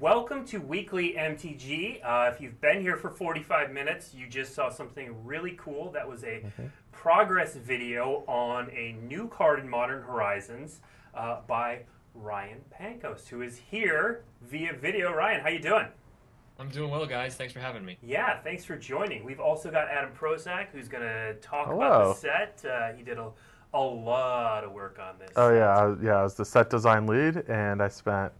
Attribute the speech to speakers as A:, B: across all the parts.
A: welcome to Weekly MTG. Uh, if you've been here for 45 minutes, you just saw something really cool. That was a
B: Mm-hmm.
A: progress video on a new card in Modern Horizons uh, by Ryan Pankos, who is here via video. Ryan, how you doing?
C: I'm doing well, guys. Thanks for having me.
A: Yeah, thanks for joining. We've also got Adam Prozac, who's going to talk about
B: Hello.
A: the set. Uh, he did a, a lot of work on this.
B: Oh yeah, I was, yeah. I was the set design lead, and I spent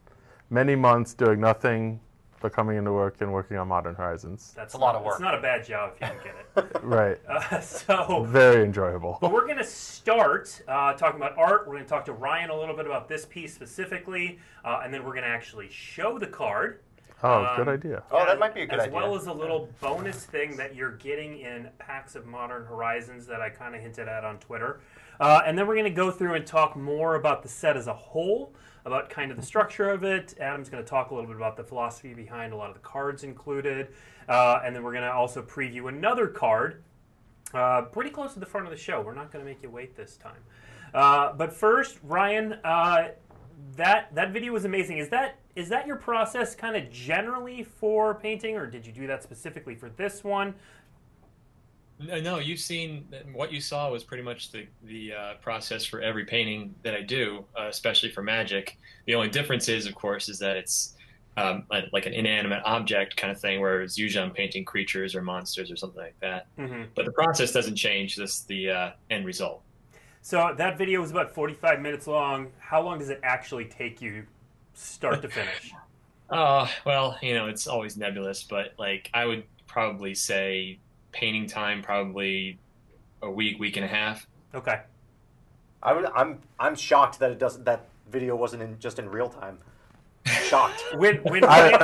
B: many months doing nothing but coming into work and working on Modern Horizons.
A: That's
D: a lot
A: not-
D: of work.
A: It's not a bad job if you can get it.
B: Right,
A: Uh, so,
B: very enjoyable.
A: But we're going to start uh, talking about art. We're going to talk to Ryan a little bit about this piece specifically, uh, and then we're going to actually show the card.
B: Oh,
A: Um,
B: good idea.
D: Oh, that might be a good
A: as
D: idea.
A: well as a little bonus thing that you're getting in packs of Modern Horizons that I kind of hinted at on Twitter. Uh, and then we're going to go through and talk more about the set as a whole, about kind of the structure of it. Adam's going to talk a little bit about the philosophy behind a lot of the cards included. Uh, and then we're going to also preview another card uh, pretty close to the front of the show. We're not going to make you wait this time. Uh, but first, Ryan, uh, that that video was amazing. Is that is that your process kind of generally for painting, or did you do that specifically for this one?
C: No, no, you've seen what you saw was pretty much the the uh, process for every painting that I do, uh, especially for magic. The only difference is, of course, is that it's um, a- like an inanimate object kind of thing, whereas usually I'm painting creatures or monsters or something like that.
A: Mm-hmm.
C: But the process doesn't change. This the uh, end result.
A: So uh, that video was about forty five minutes long. How long does it actually take you, start to finish?
C: Uh, well, you know, it's always nebulous, but like I would probably say painting time probably a week, week and a half.
A: Okay.
D: I would, I'm I'm shocked that it doesn't that video wasn't in just in real time. Shocked.
A: When when Ryan,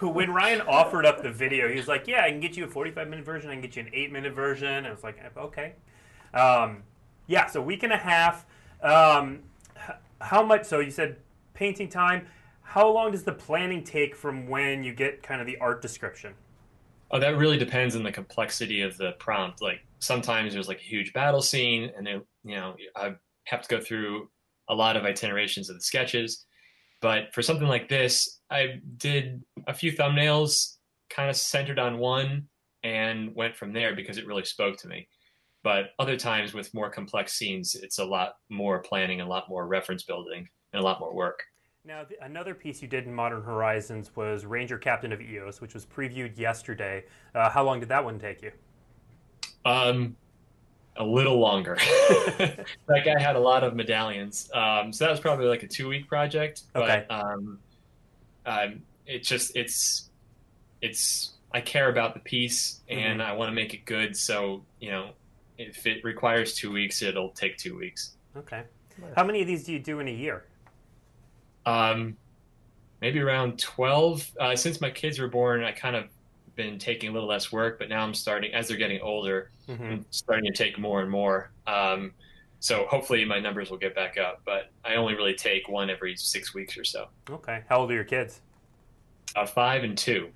A: when Ryan offered up the video, he was like, "Yeah, I can get you a 45 minute version. I can get you an eight minute version." And I was like, "Okay, um, yeah." So week and a half. Um, h- how much? So you said painting time. How long does the planning take from when you get kind of the art description?
C: Oh, that really depends on the complexity of the prompt. Like sometimes there's like a huge battle scene, and they, you know, I have to go through a lot of itinerations of the sketches. But for something like this, I did a few thumbnails, kind of centered on one, and went from there because it really spoke to me. But other times with more complex scenes, it's a lot more planning, a lot more reference building, and a lot more work.
A: Now, th- another piece you did in Modern Horizons was Ranger Captain of Eos, which was previewed yesterday. Uh, how long did that one take you?
C: Um, a little longer. like I had a lot of medallions, um, so that was probably like a two-week project.
A: Okay.
C: But um, um, it just it's it's I care about the piece and I want to make it good. So you know, if it requires two weeks, it'll take two weeks.
A: Okay. How many of these do you do in a year?
C: Um, maybe around twelve. Uh, since my kids were born, I kind of been taking a little less work, but now I'm starting as they're getting older.
A: Mm-hmm.
C: and starting to take more and more. Um, so hopefully my numbers will get back up, but I only really take one every six weeks or so.
A: Okay. How old are your kids?
C: Uh, five and two.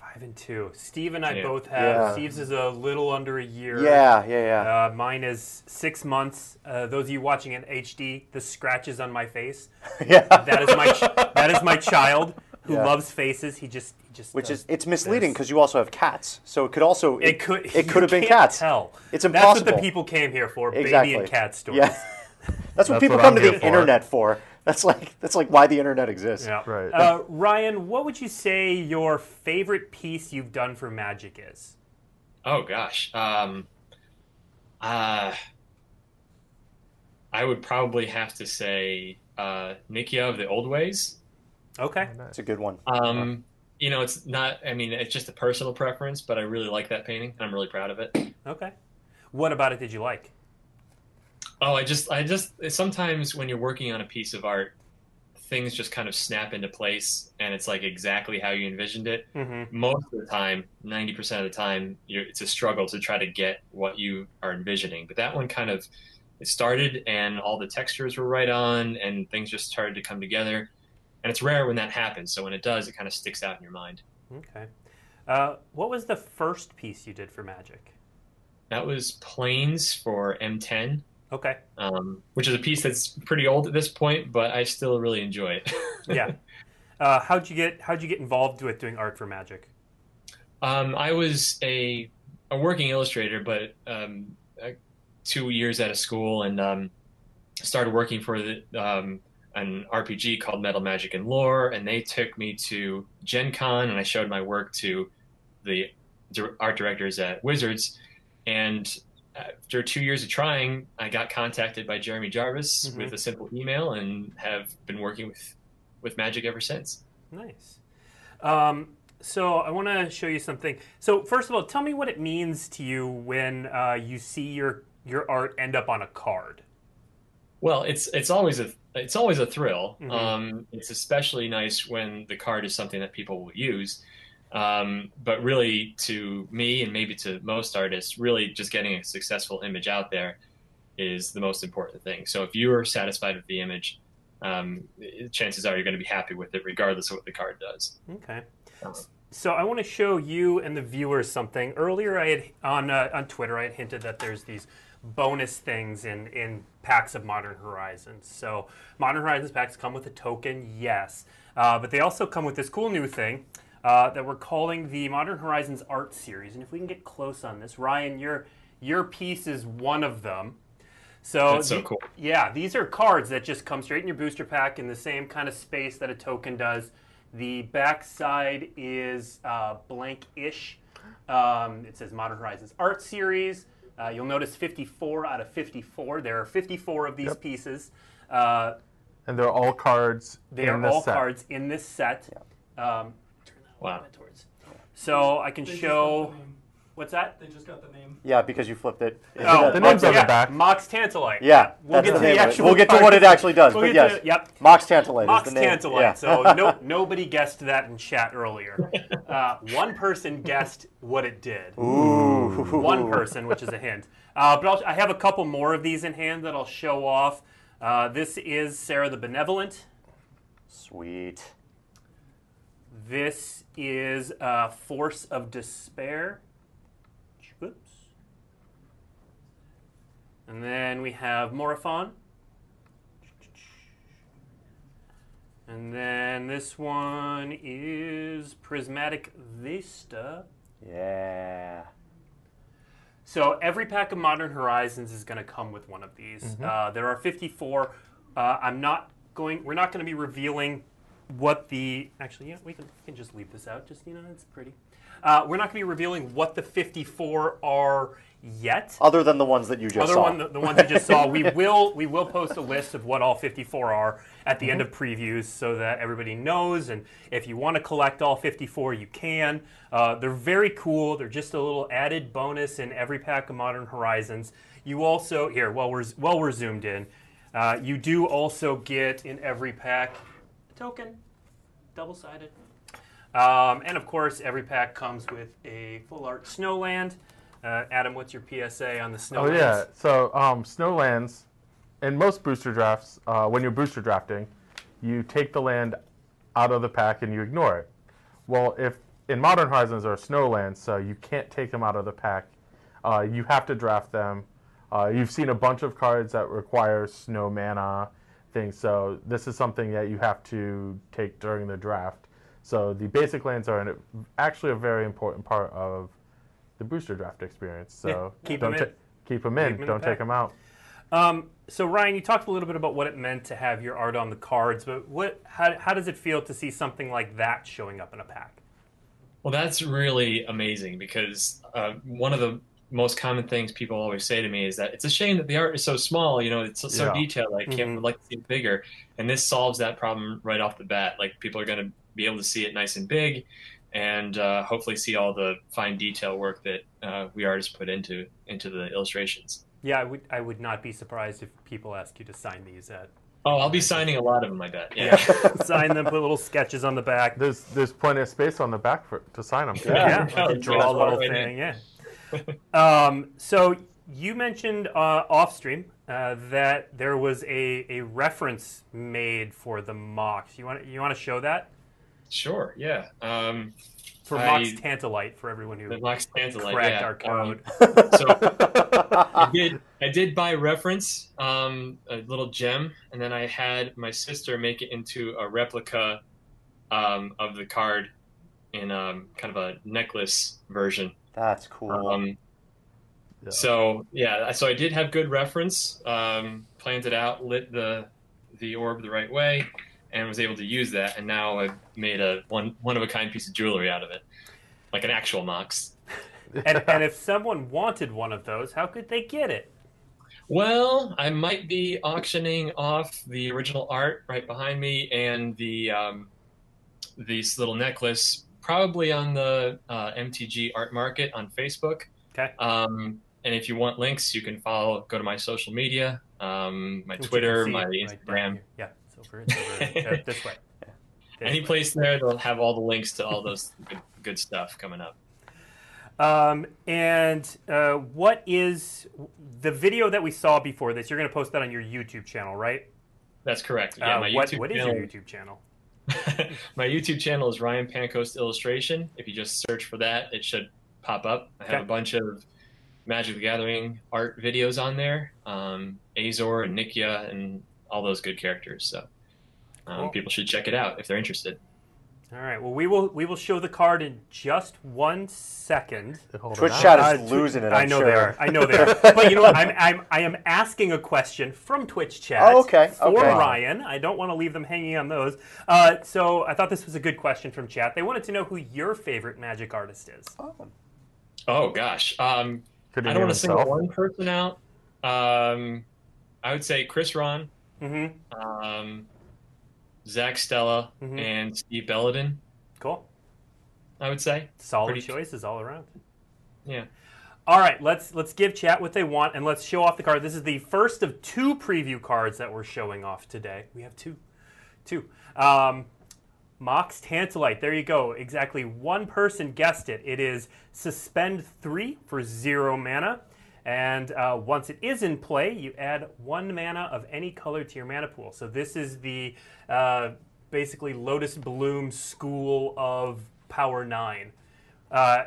A: Five and two. Steve and I
C: Yeah.
A: both have.
D: Yeah.
A: Steve's is a little under a year.
D: Yeah, yeah, yeah.
A: Uh, mine is six months. Uh, those of you watching in HD, the scratches on my face.
D: yeah.
A: That is my ch- that is my child who
D: Yeah.
A: loves faces. He just he just
D: Which
A: does.
D: is it's misleading because you also have cats, so it could also
A: it could
D: it
A: you
D: could have been
A: can't
D: cats.
A: Tell
D: It's
A: That's what
D: impossible.
A: the people came here for.
D: Exactly.
A: Baby and cat stories.
D: Yeah.
B: That's
D: That's what people
B: what I'm
D: come to the
B: here for.
D: internet for. That's like that's like why the internet exists.
A: Yeah.
B: Right.
A: Uh, Ryan, what would you say your favorite piece you've done for Magic is?
C: Oh gosh. Um, uh, I would probably have to say uh, Nikia of the old ways.
A: Okay.
D: It's a good one.
C: Um, you know, it's not. I mean, it's just a personal preference, but I really like that painting. I'm really proud of it.
A: Okay. What about it did you like?
C: Oh, I just, I just sometimes when you're working on a piece of art, things just kind of snap into place, and it's like exactly how you envisioned it.
A: Mm-hmm.
C: Most of the time, ninety percent of the time, you're, it's a struggle to try to get what you are envisioning. But that one kind of it started, and all the textures were right on, and things just started to come together. And it's rare when that happens. So when it does, it kind of sticks out in your mind.
A: Okay. Uh, what was the first piece you did for Magic?
C: That was planes for M10.
A: Okay.
C: Um, which is a piece that's pretty old at this point, but I still really enjoy it.
A: Yeah. Uh, how'd you get How'd you get involved with doing art for Magic?
C: Um, I was a a working illustrator, but um, uh, two years out of school and um, started working for the, um, an RPG called Metal Magic and Lore, and they took me to Gen Con, and I showed my work to the dir- art directors at Wizards, and uh, after two years of trying, I got contacted by Jeremy Jarvis
A: Mhm.
C: with a simple email, and have been working with with Magic ever since.
A: Nice. Um, so I want to show you something. So first of all, tell me what it means to you when uh, you see your your art end up on a card.
C: Well, it's it's always a it's always a thrill.
A: Mhm.
C: Um, it's especially nice when the card is something that people will use. Um, but really, to me and maybe to most artists, really just getting a successful image out there is the most important thing. So if you are satisfied with the image, um, chances are you're going to be happy with it, regardless of what the card does.
A: Okay.
C: Um,
A: So I want to show you and the viewers something. Earlier, I had on uh, on Twitter, I had hinted that there's these bonus things in in packs of Modern Horizons. So Modern Horizons packs come with a token, yes, uh, but they also come with this cool new thing uh, that we're calling the Modern Horizons Art Series. And if we can get close on this, Ryan, your your piece is one of them. So
C: That's so
A: the-
C: cool.
A: yeah, these are cards that just come straight in your booster pack in the same kind of space that a token does. The back side is uh, blank-ish. Um, it says Modern Horizons Art Series. Uh, you'll notice 54 out of 54. There are 54 of these
B: Yep.
A: pieces. Uh,
B: And they're all cards.
A: they
B: in
A: are
B: this
A: all
B: set.
A: cards in this set. Um, turn that a
C: Wow.
A: little bit towards. So I can
E: They just
A: show.
E: got the name.
A: What's that?
E: They just got the name.
D: Yeah, because you flipped it.
A: Oh,
B: the name's
A: yeah,
B: on the back.
A: Mox Tantalite.
D: Yeah,
A: We'll
D: that's
A: get to
D: the
A: the
D: name of it.
A: actual
D: We'll get to
A: card.
D: what it actually does,
A: We'll
D: but
A: get
D: yes.
A: to- yep.
D: Mox Tantalite
A: Mox
D: is the name.
A: Tantalite.
D: Yeah.
A: So no, nobody guessed that in chat earlier. Uh, one person guessed what it did.
D: Ooh.
A: One person, which is a hint. Uh, but I'll, I have a couple more of these in hand that I'll show off. Uh, this is Sarah the Benevolent.
D: Sweet.
A: This is uh, Force of Despair. Oops. And then we have Morophon. And then this one is Prismatic Vista.
D: Yeah.
A: So every pack of Modern Horizons is going to come with one of these. Uh, there are 54. Uh, I'm not going. We're not going to be revealing what the. Actually, yeah, we can, we can just leave this out. Just you know, it's pretty. Uh, we're not going to be revealing what the 54 are yet.
D: Other than the ones that you just
A: Other
D: saw.
A: one, the, the ones you just saw. We will we will post a list of what all 54 are at the end of previews, so that everybody knows. And if you want to collect all 54, you can. Uh, they're very cool. They're just a little added bonus in every pack of Modern Horizons. You also here while we're while we're zoomed in, uh, you do also get in every pack a token, double sided. Um, and of course, every pack comes with a full art Snowland. Uh, Adam, what's your PSA on the
B: Oh
A: Snowlands?
B: yeah. So um, snowlands, in most booster drafts, uh, when you're booster drafting, you take the land out of the pack and you ignore it. Well, if in Modern Horizons there are snowlands, so you can't take them out of the pack. Uh, you have to draft them. Uh, you've seen a bunch of cards that require snow mana things, so this is something that you have to take during the draft. So the basic lands are an, actually a very important part of the booster draft experience. So
A: Yeah, keep
B: don't
A: 'em in.
B: ta- keep them in.
A: 'em in the
B: don't take
A: pack.
B: them out.
A: Um, so Ryan, you talked a little bit about what it meant to have your art on the cards, but what how, how does it feel to see something like that showing up in a pack?
C: Well, that's really amazing because uh, one of the most common things people always say to me is that it's a shame that the art is so small. You know, it's so, so
B: Yeah.
C: detailed. I can't
A: Mhm.
C: would like to see it bigger. And this solves that problem right off the bat. Like people are going to be able to see it nice and big, and uh, hopefully see all the fine detail work that uh, we artists put into into the illustrations.
A: Yeah, I would I would not be surprised if people ask you to sign these at
C: Oh, I'll be signing a lot of them. I bet. Yeah.
A: sign them, put little sketches on the back.
B: There's there's plenty of space on the back for to sign them.
A: Yeah,
C: Yeah.
A: like you
C: Yeah.
A: draw a little
C: Right
A: thing. Yeah. Um, so you mentioned uh, off stream uh, that there was a, a reference made for the Mox. You want you want to show that
C: sure. Yeah. Um,
A: for
C: I-
A: Mox Tantalite for everyone who
C: the Mox Tantalite.
A: cracked
C: yeah.
A: our
C: Um,
A: code.
C: so I did. I did buy reference, um, a little gem, and then I had my sister make it into a replica um, of the card in um, kind of a necklace version.
D: That's cool.
C: Um,
B: Yeah.
C: So yeah, so I did have good reference, um, planned it out, lit the the orb the right way, and was able to use that. And now I've made a one one of a kind piece of jewelry out of it, like an actual mox.
A: And, and if someone wanted one of those, how could they get it?
C: Well, I might be auctioning off the original art right behind me and the um, this little necklace, probably on the uh, MTG Art Market on Facebook.
A: Okay.
C: Um, and if you want links, you can follow. Go to my social media, um, my
A: Which you
C: Twitter,
A: can see
C: my
A: right down
C: Instagram,
A: here. yeah, it's over, it's over, uh, this way. This
C: any
A: way.
C: place there. They'll have all the links to all those good, good stuff coming up.
A: Um, and uh, what is the video that we saw before this? You're going to post that on your YouTube channel, right?
C: That's correct.
A: uh,
C: Yeah, my
A: what,
C: YouTube
A: what is
C: channel.
A: your YouTube channel?
C: my YouTube channel is Ryan Pancoast Illustration. If you just search for that, it should pop up. I have
A: Okay.
C: a bunch of Magic the Gathering art videos on there. Um, Azor and Nikia and all those good characters. So um,
A: Cool.
C: people should check it out if they're interested.
A: All right. Well, we will we will show the card in just one second.
B: Hold
D: Twitch
B: on.
D: chat
A: Uh,
D: is
A: Twi-
D: losing it. I'm
A: I know
D: sure.
A: they are. I know they are. But you know what? I'm, I'm I am asking a question from Twitch chat.
D: Oh, okay,
A: For
D: okay.
A: Ryan, I don't want to leave them hanging on those. Uh, so I thought this was a good question from chat. They wanted to know who your favorite magic artist is.
D: Oh.
C: Oh gosh, um,
B: Could he
C: I don't
B: name
C: want to single
B: himself?
C: one person out. Um, I would say Chris Ron,
A: hmm
C: um, Zach Stella,
A: Mhm.
C: and Steve Belladin.
A: Cool.
C: I would say.
A: Solid
C: Pretty-
A: choices all around.
C: Yeah.
A: All right, let's let's give chat what they want and let's show off the card. This is the first of two preview cards that we're showing off today. We have two, two. Um, Mox Tantalite. There you go. Exactly one person guessed it. It is suspend three for zero mana, and uh, once it is in play, you add one mana of any color to your mana pool. So this is the uh, basically Lotus Bloom School of Power Nine. Uh,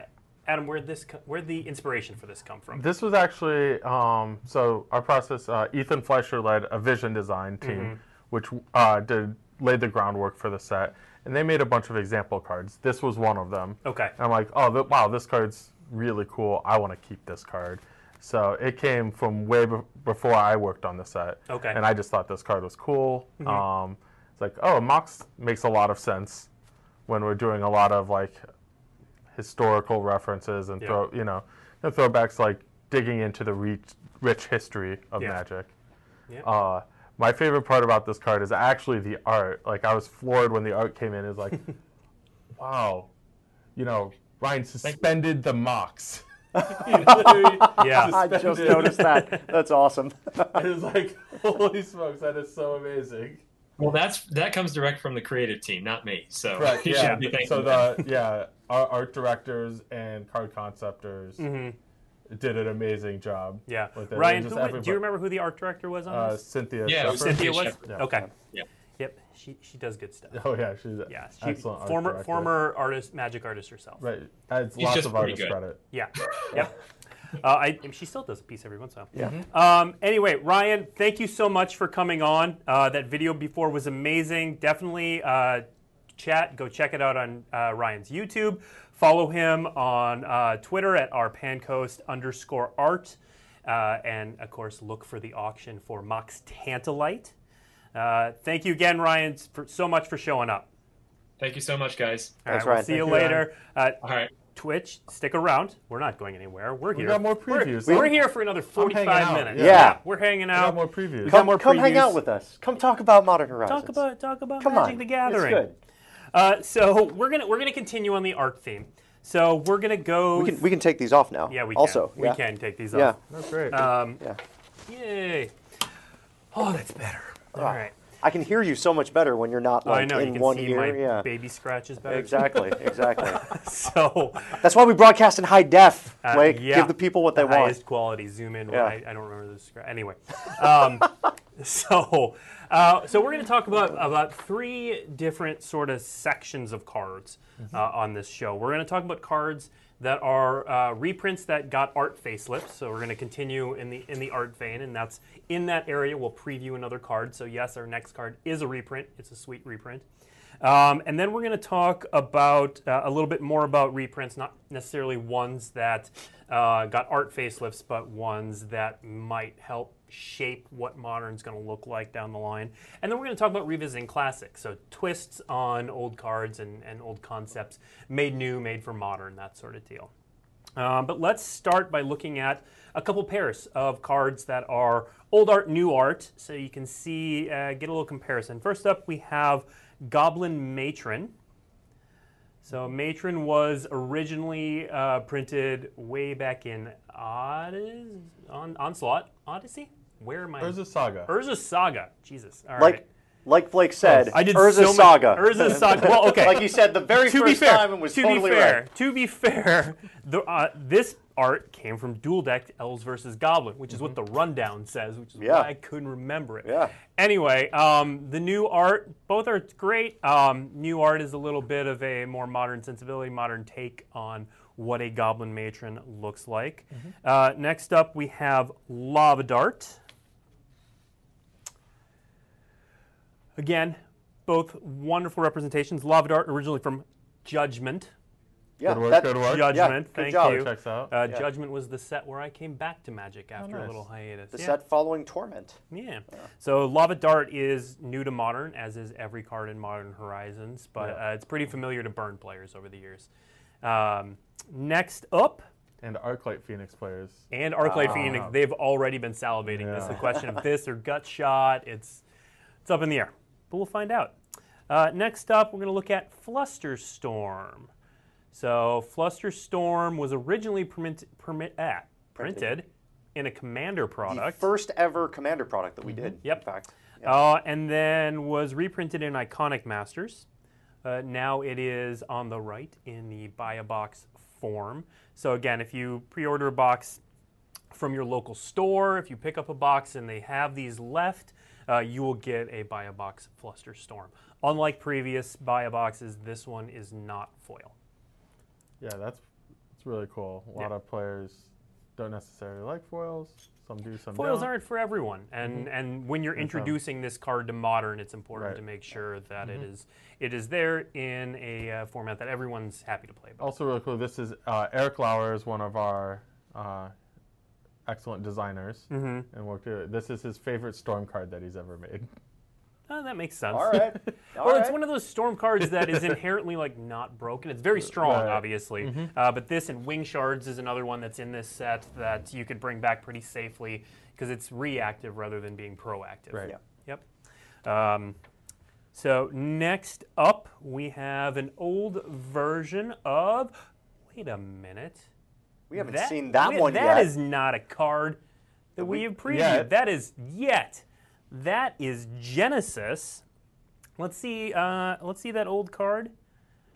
A: Adam, where would this co- where would the inspiration for this come from?
B: This was actually um, so our process. Uh, Ethan Fleischer led a vision design team,
A: Mm-hmm.
B: which uh, did laid the groundwork for the set, and they made a bunch of example cards. This was one of them.
A: Okay.
B: And I'm like, oh th- wow, this card's really cool. I want to keep this card. So it came from way be- before I worked on the set.
A: Okay.
B: And I just thought this card was cool. Um, it's like, oh, Mox makes a lot of sense when we're doing a lot of like historical references and
A: Yeah.
B: throw you know and throwbacks like digging into the rich, rich history of
A: Yeah.
B: magic.
A: Yeah.
B: Uh, my favorite part about this card is actually the art. Like I was floored when the art came in. It's like, wow, you know, Ryan suspended the mocks.
A: Yeah.
D: I just noticed that. That's awesome.
B: I was like, holy smokes, that is so amazing.
C: Well, that's that comes direct from the creative team, not me. So
B: Right?
C: you
B: Yeah.
C: should be thanking
B: so
C: them.
B: the yeah, our art directors and card conceptors
C: Mm-hmm.
B: did an amazing job.
A: Yeah.
B: with it. It
A: Ryan,
B: was
A: who,
B: just
A: wa- do you
B: everybody-
A: remember who the art director was on
B: Uh,
A: this?
B: Cynthia.
C: Yeah, it was
B: Shepherd.
A: Cynthia was?
C: Shepherd.
B: Yeah.
A: Okay.
C: Yeah.
A: Yep. She she does good stuff.
B: Oh yeah, she's
A: Yeah.
B: yeah,
A: She,
B: excellent. art
A: former
B: director.
A: former artist magic artist herself.
B: Right, adds
C: She's
B: lots
C: just
B: of
C: pretty
B: artist
C: good.
B: credit.
A: Yeah. Yep. Uh, I, she still does a piece every once in a while.
D: Yeah.
B: Mm-hmm.
A: Um, anyway, Ryan, thank you so much for coming on. Uh, that video before was amazing. Definitely uh, chat. Go check it out on uh, Ryan's YouTube. Follow him on uh, Twitter at rpancoast underscore art. Uh, and of course, look for the auction for Mox Tantalite. Uh, thank you again, Ryan, for, so much for showing up.
C: Thank you so much, guys.
A: All
D: Thanks,
A: right, we'll
D: Ryan.
A: see you
B: Thank you,
A: later. Uh,
C: All right.
A: Twitch, stick around. We're not going anywhere. We're here.
B: got more
A: We're-
B: previews.
A: We're,
B: I'm-
A: here for another
B: hanging
A: 45
B: out,
A: minutes.
B: yeah.
D: Yeah.
A: We're hanging
B: We got
A: out.
B: more previews.
A: Got
D: Come,
A: more
D: come hang
A: previews?
D: out with us. Come talk about Modern Horizons.
A: talk about talk about
D: Come
A: Magic
D: on.
A: the Gathering.
D: It's good.
A: Uh, so we're gonna we're gonna continue on the arc theme. So we're gonna go.
D: We can we can take these off now.
A: yeah, we
D: also
A: can.
D: yeah.
A: we can take these
D: Yeah.
A: off.
B: That's great.
A: Um,
D: Yeah.
A: Yay! Oh, that's better. All right.
D: I can hear you so much better when you're not Ah, like
A: Oh, I know
D: in
A: you can
D: one
A: see
D: ear.
A: my
D: yeah.
A: baby scratches better.
D: Exactly. Exactly.
A: So
D: That's why we broadcast in high def.
A: Uh,
D: Like
A: yeah.
D: give the people what they
A: the
D: want.
A: Highest quality. Zoom in.
D: Yeah.
A: I, I don't remember this. Anyway, um, so uh, so we're going to talk about about three different sort of sections of cards
D: Mm-hmm.
A: uh, on this show. We're going to talk about cards that are uh, reprints that got art facelifts. So we're going to continue in the in the art vein, and that's in that area. We'll preview another card. So yes, our next card is a reprint. It's a sweet reprint. Um, and then we're going to talk about uh, a little bit more about reprints, not necessarily ones that uh, got art facelifts, but ones that might help shape what modern's going to look like down the line. And then we're going to talk about revisiting classics, so twists on old cards and, and old concepts, made new, made for modern, that sort of deal. Um, but let's start by looking at a couple pairs of cards that are old art, new art, so you can see, uh, get a little comparison. First up, we have Goblin Matron. So Matron was originally uh, printed way back in Odys- on Onslaught Odyssey. Where am I?
B: Urza Saga.
A: Urza Saga. Jesus. All right.
D: Like like Blake said,
A: Oh, I did
D: Urza
A: so much-
D: Saga.
A: Urza Saga. Well, okay.
D: like you said the very
A: to
D: first
A: be fair,
D: time and was
A: to
D: totally
A: be fair,
D: right.
A: to be fair, the, uh, this art came from dual decked elves versus goblin, which is what the rundown says, which is
D: Mm-hmm. Yeah.
A: why I couldn't remember it.
D: Yeah.
A: Anyway, um, the new art, both are great. Um, new art is a little bit of a more modern sensibility, modern take on what a goblin matron looks like.
D: Mm-hmm.
A: Uh, next up, we have Lava Dart. Again, both wonderful representations. Lava Dart originally from Judgment.
D: Yeah,
B: Good work,
D: that-
B: good work.
A: Judgment,
D: good
A: thank
D: job.
A: you.
B: Checks out.
A: Uh, Judgment was the set where I came back to Magic after a
B: nice.
A: little hiatus.
D: Oh, The
A: yeah.
D: set following Torment.
A: Yeah. So Lava Dart is new to Modern, as is every card in Modern Horizons, but
B: Yeah.
A: uh, it's pretty familiar to Burn players over the years. Um, next up,
B: and Arclight Phoenix players.
A: and Arclight Phoenix, they've already been salivating. This is a
B: Yeah.
A: question of this or gut shot. It's it's up in the air, but we'll find out. Uh, next up, we're going to look at Flusterstorm. So Flusterstorm was originally permit, permit, ah, printed in a Commander
D: The
A: product.
D: first ever Commander product that we did.
A: Yep.
D: In fact,
A: Uh, and then was reprinted in Iconic Masters. Uh, now it is on the right in the buy a box form. So again, if you pre-order a box from your local store, if you pick up a box and they have these left, uh, you will get a buy a box Fluster Storm. Unlike previous buy a boxes, this one is not foil.
B: Yeah, that's it's really cool. A lot
A: Yeah.
B: of players don't necessarily like foils. Some do, some
A: Foils
B: don't.
A: aren't for everyone, and
D: Mm-hmm.
A: and when you're introducing this card to modern, it's important
B: Right.
A: to make sure that
D: Mm-hmm.
A: it is it is there in a uh, format that everyone's happy to play. By.
B: Also, really cool. This is uh, Eric Lauer is one of our uh, excellent designers, and worked. here. This is his favorite storm card that he's ever made.
A: Oh, that makes sense.
D: all right. All
A: Well, it's
D: right.
A: one of those storm cards that is inherently like not broken. It's very strong,
B: Right.
A: obviously, uh, but this and Wing Shards is another one that's in this set that you could bring back pretty safely because it's reactive rather than being proactive.
B: Right.
D: Yeah.
A: Yep. Um, so next up, we have an old version of. Wait a minute.
D: We haven't seen that one yet.
A: That is not a card that we have previewed.
B: Yet.
A: That is yet. That is Genesis. Let's see. Uh, let's see that old card.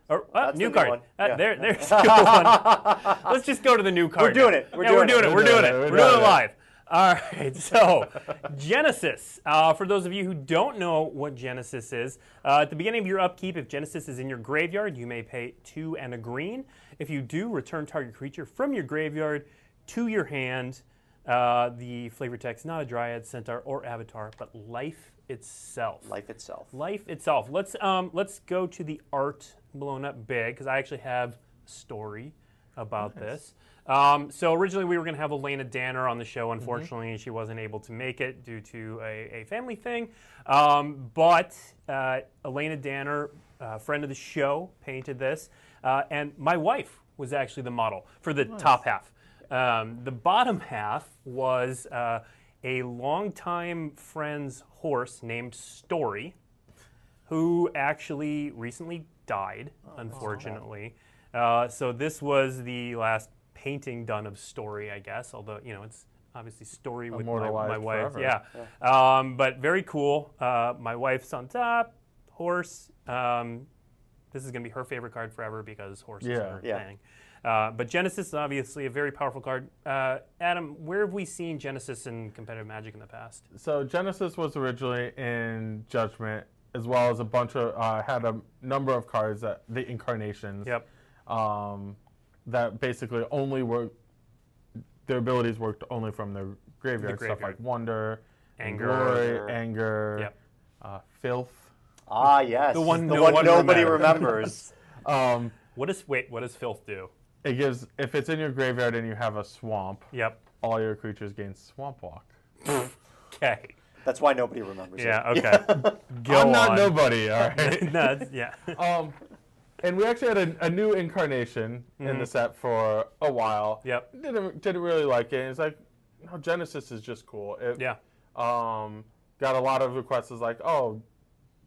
A: Or, oh,
D: That's
A: new
D: the new
A: card.
D: one.
A: Uh,
D: Yeah.
A: there, there's the old one. Let's just go to the new card.
D: doing
A: now.
D: it. We're
A: Yeah,
D: doing it.
A: We're doing it. We're doing it. We're doing it
B: it.
A: live. All right, so Genesis. Uh, for those of you who don't know what Genesis is, uh, at the beginning of your upkeep, if Genesis is in your graveyard, you may pay two and a green. If you do, return target creature from your graveyard to your hand. Uh, the flavor text, not a dryad, centaur, or avatar, but life itself.
D: Life itself.
A: Life itself. Let's um, let's go to the art blown up big because I actually have a story about this. Um, so originally we were going to have Elena Danner on the show. Unfortunately, she wasn't able to make it due to a, a family thing. Um, but uh, Elena Danner, uh, friend of the show, painted this, uh, and my wife was actually the model for the top half. Um, the bottom half was uh, a longtime friend's horse named Story who actually recently died, unfortunately. Uh, so this was the last painting done of Story, I guess. Although you know, it's obviously Story with my,
B: Immortalized
A: my wife.
B: forever.
A: Yeah, Um, but very cool. Uh, my wife's on top, horse. Um, this is going to be her favorite card forever because horse is
B: Yeah.
A: her
D: Yeah.
A: thing. Uh, but Genesis is obviously a very powerful card. Uh, Adam, where have we seen Genesis in competitive Magic in the past?
B: So Genesis was originally in Judgment, as well as a bunch of uh, had a number of cards that the incarnations.
A: Yep.
B: um, that basically only work their abilities worked only from their graveyard, stuff
A: graveyard.
B: like wonder, and
A: Anger.
B: glory, anger,
A: Yep.
B: uh, filth.
D: Ah, yes.
A: The one no one
D: nobody
A: remembers.
D: remembers.
B: Um,
A: What does wait? What does filth do?
B: it gives if it's in your graveyard and you have a swamp,
A: Yep.
B: all your creatures gain swamp walk.
A: Okay.
D: That's why nobody remembers
A: Yeah. uh,
D: it.
A: Okay. Go
B: I'm not
A: on.
B: nobody, all right.
A: no, it's- yeah.
B: um, and we actually had a, a new incarnation in the set for a while.
A: Yep.
B: Didn't didn't really like it. It's like, no, Genesis is just cool. It,
A: Yeah.
B: Um, got a lot of requests. Is like, oh,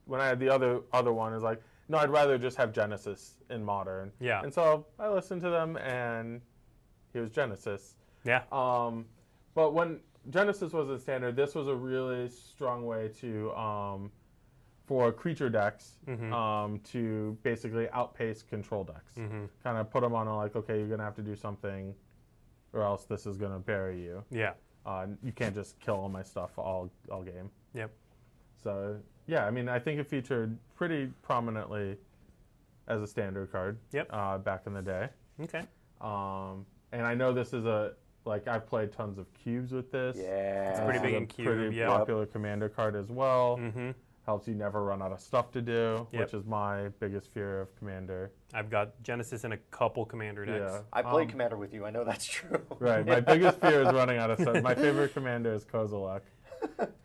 B: when I had the other other one is like, no, I'd rather just have Genesis in modern.
A: Yeah.
B: And so I listened to them, and here's Genesis.
A: Yeah.
B: Um, but when Genesis was in standard, this was a really strong way to um, for creature decks
A: Mm-hmm.
B: um, to basically outpace control decks.
A: Mm-hmm.
B: Kind of put them on a like, okay, you're gonna have to do something, or else this is gonna bury you.
A: Yeah.
B: Uh, you can't just kill all my stuff all all game.
A: Yep.
B: So yeah, I mean, I think it featured pretty prominently as a standard card
A: Yep.
B: uh, back in the day.
A: Okay.
B: Um, and I know this is a like I've played tons of cubes with this.
D: Yeah. It's
B: This
A: pretty
B: is
A: big
B: a
A: in cube,
B: Pretty
A: yeah.
B: popular commander card as well.
A: Mm-hmm.
B: Helps you never run out of stuff to do,
A: Yep.
B: which is my biggest fear of commander.
A: I've got Genesis and a couple Commander decks.
B: Yeah.
D: I played
B: Um,
D: Commander with you. I know that's true.
B: Right. My biggest fear is running out of stuff. My favorite commander is Kozilek.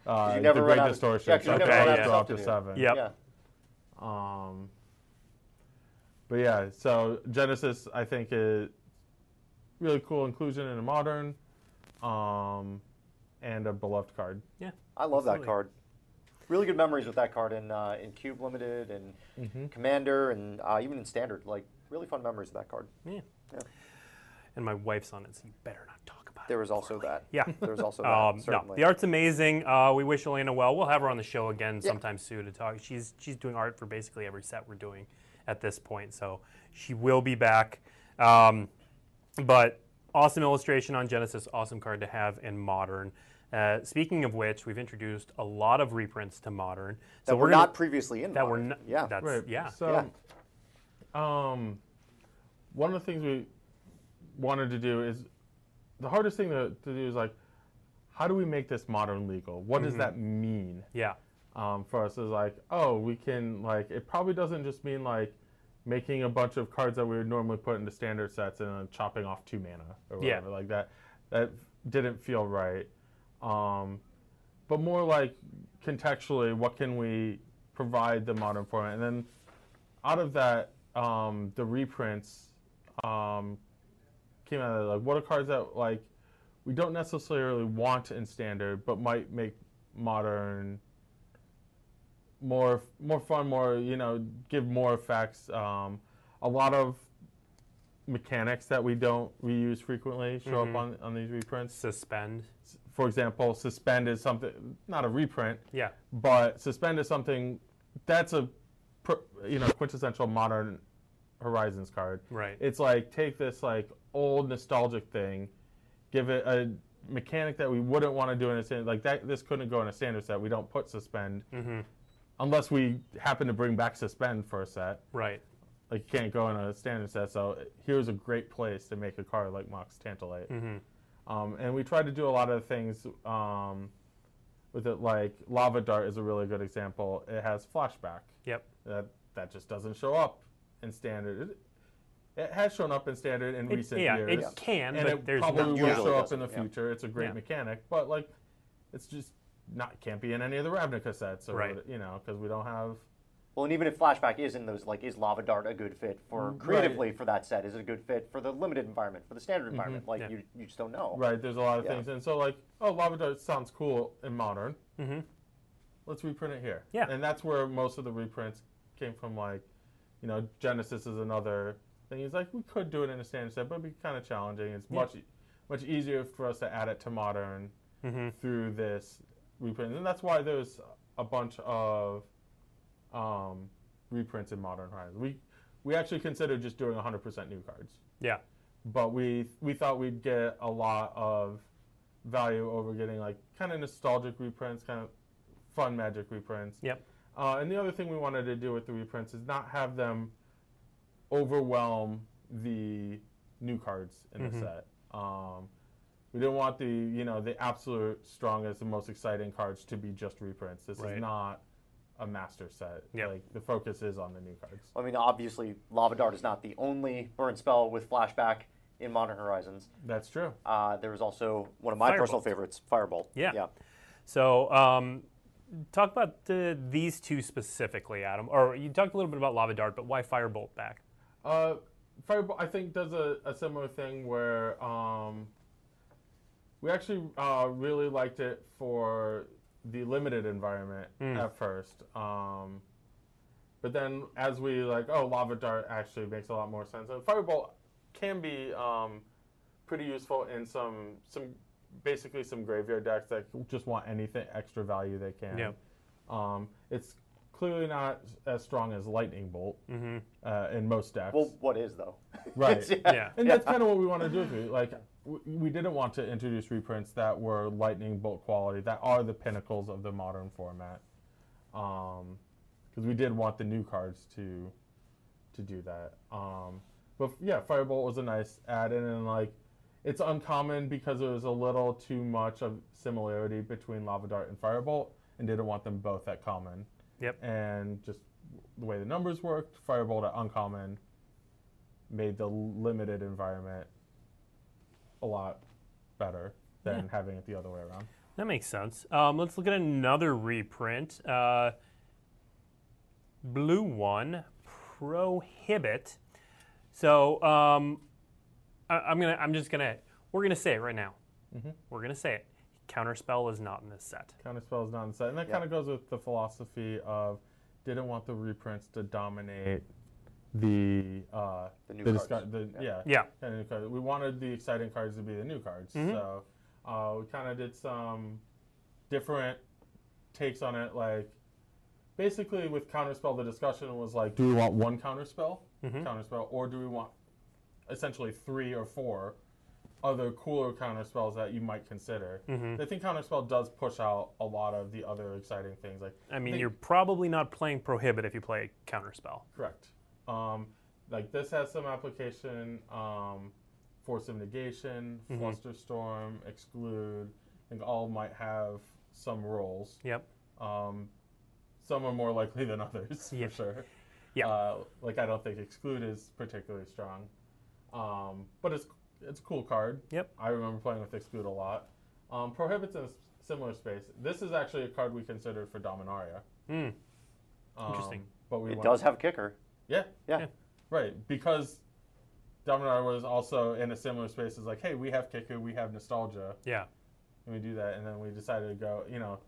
B: Uh,
D: You never
B: the
D: run
B: Great
D: out of-
B: Distortion.
D: yeah, 'cause
A: you
B: so
A: never
B: I
A: run
B: can
A: out of
B: draw
D: stuff
B: up
D: to
B: to
D: do.
B: seven.
A: Yep.
D: Yeah.
B: Um, but yeah, so Genesis, I think, is really cool inclusion in a modern, um, and a beloved card.
A: Yeah.
D: I love
A: Absolutely.
D: that card. Really good memories with that card in uh, in Cube Limited and
A: Mm-hmm.
D: Commander and uh, even in Standard. Like really fun memories of that card.
A: Yeah.
D: Yeah.
A: And my wife's on it, so you better not talk about
D: There
A: it.
D: was also that.
A: Yeah.
D: There was also that.
A: Um, no,
D: certainly.
A: the art's amazing. Uh, we wish Elena well. We'll have her on the show again
D: Yeah.
A: sometime soon to talk. She's she's doing art for basically every set we're doing at this point, so she will be back. Um, but awesome illustration on Genesis, awesome card to have in modern. Uh, speaking of which, we've introduced a lot of reprints to modern.
D: that
A: So
D: were
A: we're gonna-
D: not previously in.
A: that were
D: modern.
A: not
D: Yeah.
A: that's yeah
B: So, um, one of the things we wanted to do is the hardest thing to, to do is like, how do we make this modern legal? What
A: Mm-hmm.
B: does that mean?
A: yeah
B: um, for us is like, oh, we can like it probably doesn't just mean like making a bunch of cards that we would normally put into standard sets and then chopping off two mana or
A: Yeah.
B: whatever like that. That didn't feel right. Um, but more like contextually, what can we provide the modern format? And then out of that, um, the reprints um, came out of that. Like, what are cards that like we don't necessarily want in standard, but might make modern more more fun, more you know, give more effects. Um, a lot of mechanics that we don't we use frequently show up on, on these reprints.
A: suspend
B: For example, suspend is something not a reprint,
A: yeah
B: but suspend is something that's a pr- you know quintessential modern horizons card
A: Right.
B: it's like take this like old nostalgic thing give it a mechanic that we wouldn't want to do in a standard like that this couldn't go in a standard set we don't put suspend unless we happen to bring back suspend for a set
A: right
B: like you can't go in a standard set. So here's a great place to make a card like Mox Tantalite.
A: Mm-hmm.
B: Um, and we tried to do a lot of things um, with it. Like Lava Dart is a really good example. It has flashback
A: yep
B: that that just doesn't show up in standard. It, it has shown up in standard in
A: It-
B: recent
A: yeah,
B: years.
A: it can,
B: and
A: but
B: it
A: there's
B: probably
A: not-
B: will
D: Usually
B: show up in
D: doesn't,
B: the
D: yeah.
B: future. It's a great
A: Yeah.
B: mechanic, but like, it's just not can't be in any of the Ravnica sets, or
A: Right.
B: what- you know, because we don't have.
D: Well, and even if flashback is in those, like, is Lava Dart a good fit for creatively for that set? Is it a good fit for the limited environment, for the standard environment? Like,
A: Mm-hmm. Yeah.
D: you, you just don't know.
B: Right, there's a lot of
D: Yeah.
B: things. And so, like, oh, Lava Dart sounds cool in modern. Mm-hmm. Let's reprint it here.
A: Yeah.
B: And that's where most of the reprints came from. Like, you know, Genesis is another thing. It's like, we could do it in a standard set, but it'd be kind of challenging. It's much, much easier for us to add it to modern
A: Mm-hmm.
B: through this reprint. And that's why there's a bunch of um, reprints in Modern Horizons. We, we actually considered just doing 100% new cards
A: yeah
B: but we we thought we'd get a lot of value over getting like kind of nostalgic reprints, kind of fun magic reprints.
A: yep
B: Uh, and the other thing we wanted to do with the reprints is not have them overwhelm the new cards in
A: Mm-hmm.
B: the set. Um, we didn't want the you know the absolute strongest and most exciting cards to be just reprints. This
A: Right.
B: is not a master set.
A: Yeah.
B: Like the focus is on the new cards.
D: I mean, obviously, Lava Dart is not the only burn spell with flashback in Modern Horizons.
B: That's true.
D: Uh, there was also one of my personal
A: Firebolt.
D: favorites, Firebolt.
A: Yeah.
D: yeah.
A: So, um, talk about the, these two specifically, Adam. Or you talked a little bit about Lava Dart, but why Firebolt back?
B: Uh, Fireball, I think, does a, a similar thing where um, we actually uh, really liked it for the limited environment at first. Um, but then as we like, oh, Lava Dart actually makes a lot more sense. And Fireball can be um, pretty useful in some some basically some graveyard decks that just want anything extra value they can.
A: Yeah.
B: Um, it's clearly not as strong as Lightning Bolt uh, in most decks.
D: Well, what is though?
B: Right.
A: Yeah.
B: And that's kind of what we want to do. Too. Like, w- we didn't want to introduce reprints that were lightning bolt quality, that are the pinnacles of the modern format, because we did want the new cards to, to do that. Um, but f- yeah, firebolt was a nice add-in, and like, it's uncommon because there was a little too much of similarity between lava dart and firebolt, and didn't want them both at common.
A: Yep.
B: And just the way the numbers worked, firebolt at uncommon made the limited environment a lot better than having it the other way around.
A: That makes sense. Um, let's look at another reprint. Uh, blue one, prohibit. So um, I, I'm gonna. I'm just gonna. We're gonna say it right now. We're gonna say it. Counterspell is not in this set.
B: Counter spells not in set, and that kind of goes with the philosophy of didn't want the reprints to dominate the uh,
D: The new
B: the
D: cards.
B: discard- the- yeah
A: Yeah.
B: kinda new cards. We wanted the exciting cards to be the new cards, so uh, we kind of did some different takes on it. Like basically with counterspell, the discussion was like, do we want one counterspell, counterspell, or do we want essentially three or four other cooler counterspells that you might consider? I think counterspell does push out a lot of the other exciting things. Like
A: I mean,
B: think-
A: you're probably not playing prohibit if you play counterspell.
B: Correct. Um, like this has some application, um, force of negation,
A: Mm-hmm.
B: fluster storm, exclude. I think all might have some roles.
A: Yep.
B: Um, some are more likely than others,
A: Yeah.
B: for sure.
A: Yeah.
B: Uh, like I don't think exclude is particularly strong, um, but it's it's a cool card.
A: Yep.
B: I remember playing with exclude a lot. Um, prohibits in a s- similar space. This is actually a card we considered for Dominaria.
A: Hmm.
B: Um,
A: Interesting.
B: But we
D: It
B: went-
D: does have a kicker.
B: yeah.
D: Yeah.
A: Yeah.
B: Right, because Dominar was also in a similar space as like, hey, we have Kiku, we have Nostalgia,
A: Yeah.
B: and we do that, and then we decided to go, you know,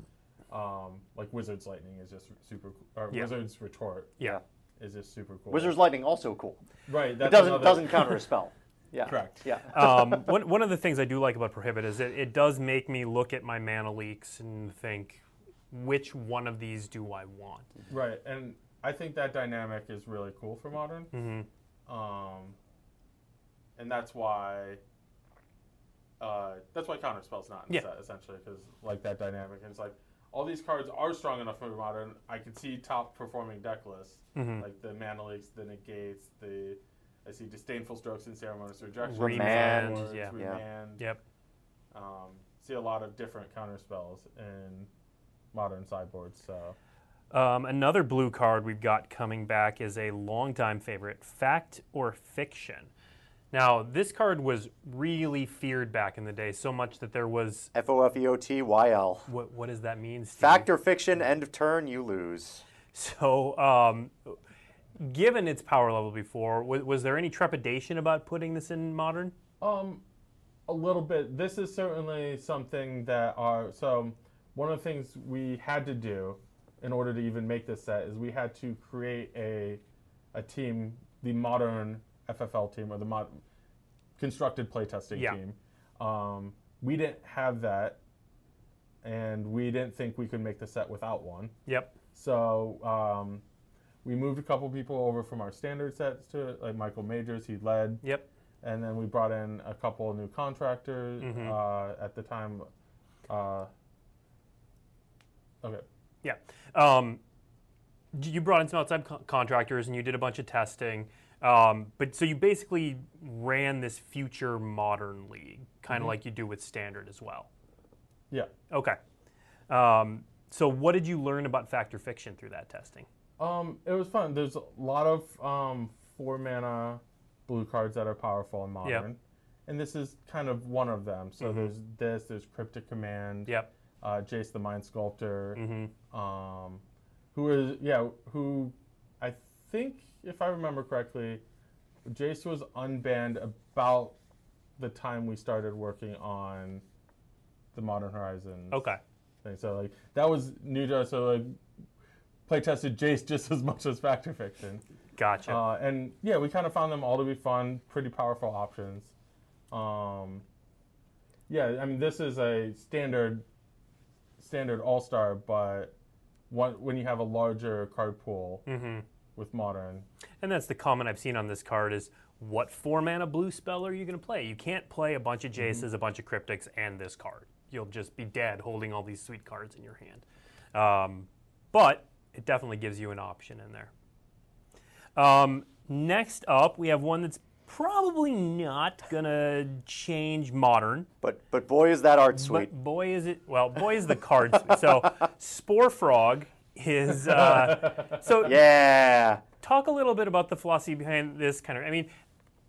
B: um, like Wizard's Lightning is just super, cool, or
A: Yeah.
B: Wizard's Retort
A: Yeah.
B: is just super cool.
D: Wizard's Lightning also cool.
B: right?
D: It
B: That
D: doesn't doesn't counter a spell. Yeah.
B: Correct.
D: Yeah.
A: um, one, one of the things I do like about Prohibit is it, it does make me look at my mana leaks and think, which one of these do I want?
B: Right, and I think that dynamic is really cool for modern.
D: Mm-hmm.
B: Um, and that's why. Uh, that's why counter spell's not in
A: Yeah.
B: the set essentially because like that dynamic and it's like all these cards are strong enough for modern. I can see top performing deck lists
A: Mm-hmm.
B: like the mana leaks, the negates, the I see disdainful strokes and ceremonious rejection,
D: Remand,
B: Warlords,
A: yeah.
D: Yeah.
B: remand.
A: Yep.
B: Um, see a lot of different counter spells in modern sideboards. So
A: Um, another blue card we've got coming back is a longtime favorite, Fact or Fiction. Now, this card was really feared back in the day, so much that there was.
D: F O F E O T Y L.
A: What, what does that mean? Steve?
D: Fact or fiction? End of turn, you lose.
A: So, um, given its power level before, was, was there any trepidation about putting this in modern?
B: Um, a little bit. This is certainly something that are so. One of the things we had to do in order to even make this set is we had to create a a team, the modern FFL team or the mod constructed playtesting
A: Yeah.
B: team. Um, we didn't have that, and we didn't think we could make the set without one.
A: Yep.
B: So um, we moved a couple people over from our standard sets to it, like Michael Majors, he led
A: Yep.
B: and then we brought in a couple of new contractors uh, at the time. Uh, okay,
A: Yeah. Um, d- you brought in some outside co- contractors and you did a bunch of testing. Um, but so you basically ran this future modern league, kind of like you do with standard as well.
B: yeah,
A: Okay. Um, So, what did you learn about factor fiction through that testing?
B: Um, it was fun. There's a lot of um, four mana blue cards that are powerful in modern, and this is kind of one of them. So there's this. There's Cryptic Command.
A: Yep. Mm-hmm.
B: Uh, Jace the Mind Sculptor. Um, who is yeah? Who I think, if I remember correctly, Jace was unbanned about the time we started working on the Modern Horizons
A: Okay.
B: thing. So like that was new to us. So like play tested Jace just as much as Factor Fiction.
A: Gotcha.
B: Uh, and yeah, we kind of found them all to be fun, pretty powerful options. Um, yeah, I mean this is a standard standard all star, but one, when you have a larger card pool with modern,
A: And that's the comment I've seen on this card is what four mana blue spell are you going to play? You can't play a bunch of Jaces, a bunch of Cryptics, and this card. You'll just be dead holding all these sweet cards in your hand. Um, but it definitely gives you an option in there. Um, next up, we have one that's probably not going to change modern.
D: But but boy is that art suite.
A: But boy, is it well. Boy, is the card. sweet. so, Spore Frog is uh, so
D: yeah.
A: talk a little bit about the philosophy behind this kind of. I mean,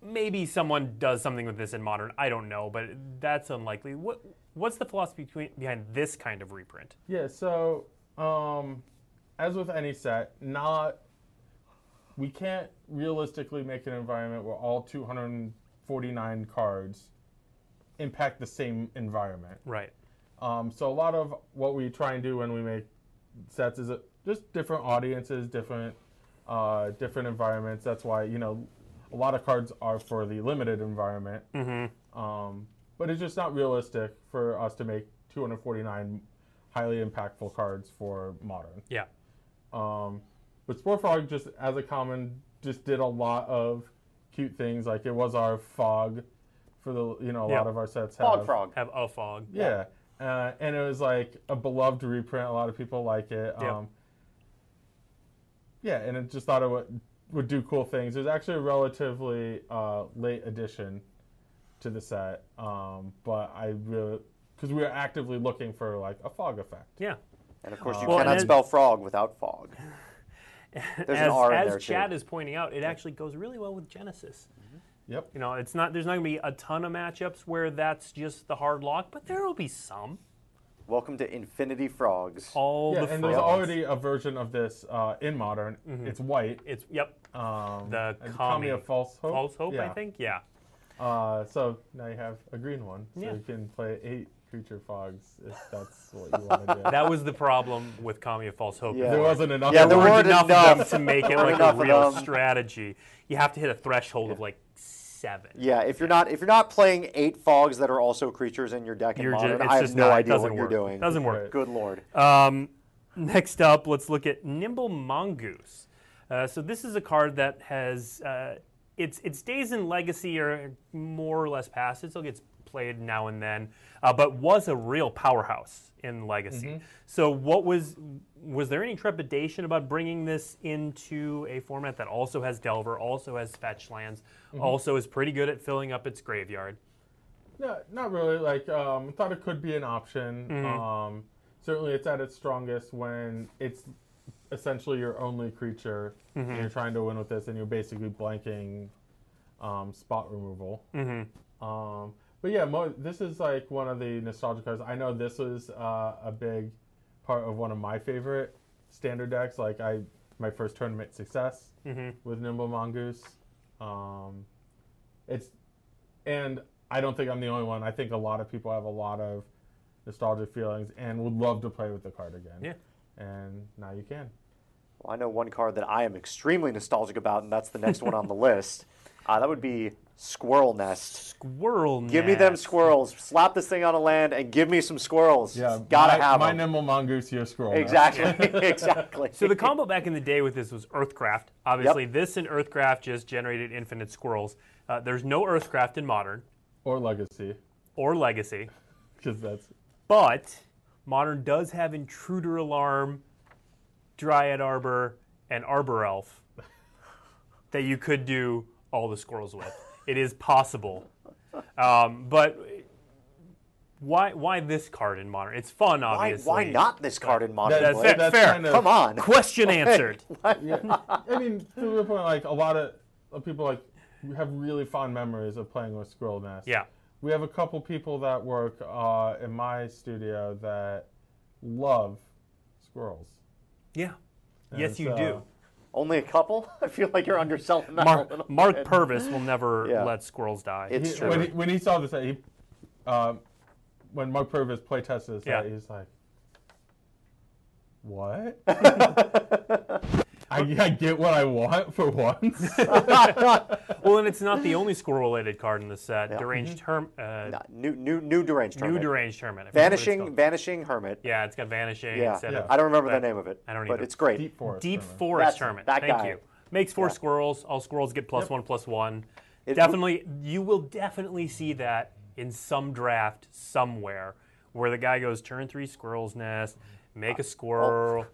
A: maybe someone does something with this in modern. I don't know, but that's unlikely. What what's the philosophy between, behind this kind of reprint?
B: Yeah, so um, as with any set, not we can't realistically make an environment where all 249 cards impact the same environment.
A: Right.
B: Um, so a lot of what we try and do when we make sets is uh, just different audiences, different uh, different environments. That's why you know a lot of cards are for the limited environment.
A: Mm-hmm.
B: Um, but it's just not realistic for us to make 249 highly impactful cards for modern.
A: Yeah.
B: Um, but Spore Frog, just as a common, just did a lot of cute things. Like it was our fog for the you know a
A: Yeah.
B: lot of our sets have
D: Fog frog.
A: Have a fog.
B: yeah. Uh, and it was like a beloved reprint. A lot of people like it.
A: Yeah.
B: Um, yeah, and it just thought it would, would do cool things. It was actually a relatively uh, late addition to the set, um, but I really because we were actively looking for like a fog effect.
A: Yeah.
D: And of course, you
A: Well, and
D: cannot
A: then-
D: spell frog without fog.
A: as
D: There's an R in
A: as
D: there
A: Chad
D: too.
A: is pointing out, it actually goes really well with Genesis.
B: Mm-hmm. Yep.
A: You know, it's not there's not gonna be a ton of matchups where that's just the hard lock, but there will be some.
D: Welcome to Infinity Frogs.
A: All
B: Yeah,
A: the
B: and there's
A: frogs.
B: already a version of this uh, in modern. It's white.
A: it's yep.
B: Um,
A: The
B: and
A: Kami
B: of false hope.
A: False hope, I
B: Oh, Yeah.
A: think. Yeah.
B: Uh, so now you have a green one, so
A: Yeah.
B: you can play eight creature fogs if that's what you want to do.
A: That was the problem with Kami of False Hope.
D: Yeah.
B: there wasn't enough.
D: Yeah,
B: of
D: there
B: them.
A: There weren't
D: weren't
A: enough, of
D: enough.
A: them to make it
D: There weren't
A: like a
D: enough of
A: real
D: them.
A: strategy. You have to hit a threshold of like seven.
D: yeah, if you're not if you're not playing eight fogs that are also creatures in your deck in
A: You're just,
D: modern,
A: it's
D: I have
A: just
D: no
A: not, it
D: idea
A: doesn't
D: what
A: work.
D: you're doing.
A: Doesn't work.
D: Good lord.
A: Um, next up, let's look at Nimble Mongoose. Uh, so this is a card that has uh, its its days in Legacy are more or less past. It still gets played now and then, uh, but was a real powerhouse in Legacy. So what was was there any trepidation about bringing this into a format that also has Delver, also has fetch lands, also is pretty good at filling up its graveyard?
B: No, not really. Like, um, thought it could be an option. Um, certainly, it's at its strongest when it's essentially your only creature, and you're trying to win with this, and you're basically blanking um, spot removal. Um, but yeah, mo- this is like one of the nostalgic cards. I know this was uh, a big part of one of my favorite standard decks. Like, I my first tournament success with Nimble Mongoose. Um, it's and I don't think I'm the only one. I think a lot of people have a lot of nostalgic feelings and would love to play with the card again.
A: Yeah.
B: And now you can.
D: Well, I know one card that I am extremely nostalgic about, and that's the next one on the list. Uh, that would be Squirrel Nest.
A: Squirrel.
D: Give me them
A: Nest.
D: squirrels. Slap this thing on a land and give me some squirrels.
B: my,
D: gotta have
B: my
D: them.
B: nimble mongoose, your squirrel. now.
D: Exactly, exactly.
A: So the combo back in the day with this was Earthcraft. Obviously, this and Earthcraft just generated infinite squirrels. Uh, there's no Earthcraft in Modern
B: Or legacy,
A: or Legacy,
B: because that's
A: but Modern does have Intruder Alarm, Dryad Arbor, and Arbor Elf that you could do all the squirrels with. It is possible, um, but why why this card in modern? It's fun,
D: Why,
A: obviously.
D: why not this card in modern?
A: That's,
D: Blade?
A: that- fair.
D: Come on.
A: Question answered.
B: Yeah. I mean, to your point, like a lot of of people like have really fond memories of playing with Squirrel Nest.
A: Yeah.
B: We have a couple people that work uh, in my studio that love squirrels.
A: Yeah. Yes,
B: And
A: you
B: so-
A: do.
D: Only a couple? I feel like you're underselling that a little
A: Mark, Mark
D: bit.
A: Purvis will never
D: Yeah.
A: let squirrels die.
D: It's
B: He-
D: true.
B: when, he, when he saw this, he, um, when Mark Purvis play tested this,
A: Yeah.
B: he's like, "What? I, I get what I want for once."
A: well, and it's not the only squirrel-related card in the set. Deranged
B: Mm-hmm.
A: Herm, uh,
D: Nah, new, new, new deranged
A: new
D: Hermit.
A: deranged hermit. I forget what it's
D: Vanishing,
A: called.
D: vanishing hermit.
A: Yeah, it's got vanishing
D: Yeah.
A: instead
B: Yeah.
A: of
D: I don't remember
A: that-
D: the name of it.
A: I don't
D: But
A: either.
D: it's great.
B: Deep forest.
A: deep
B: Hermit.
A: forest
D: That's-
A: hermit.
D: that
A: Thank
D: guy.
A: you. Makes four
D: Yeah.
A: squirrels. All squirrels get plus one, plus one.
D: It-
A: definitely, you will definitely see that in some draft somewhere, where the guy goes turn three squirrels nest,
D: Uh, oh.
A: make a squirrel.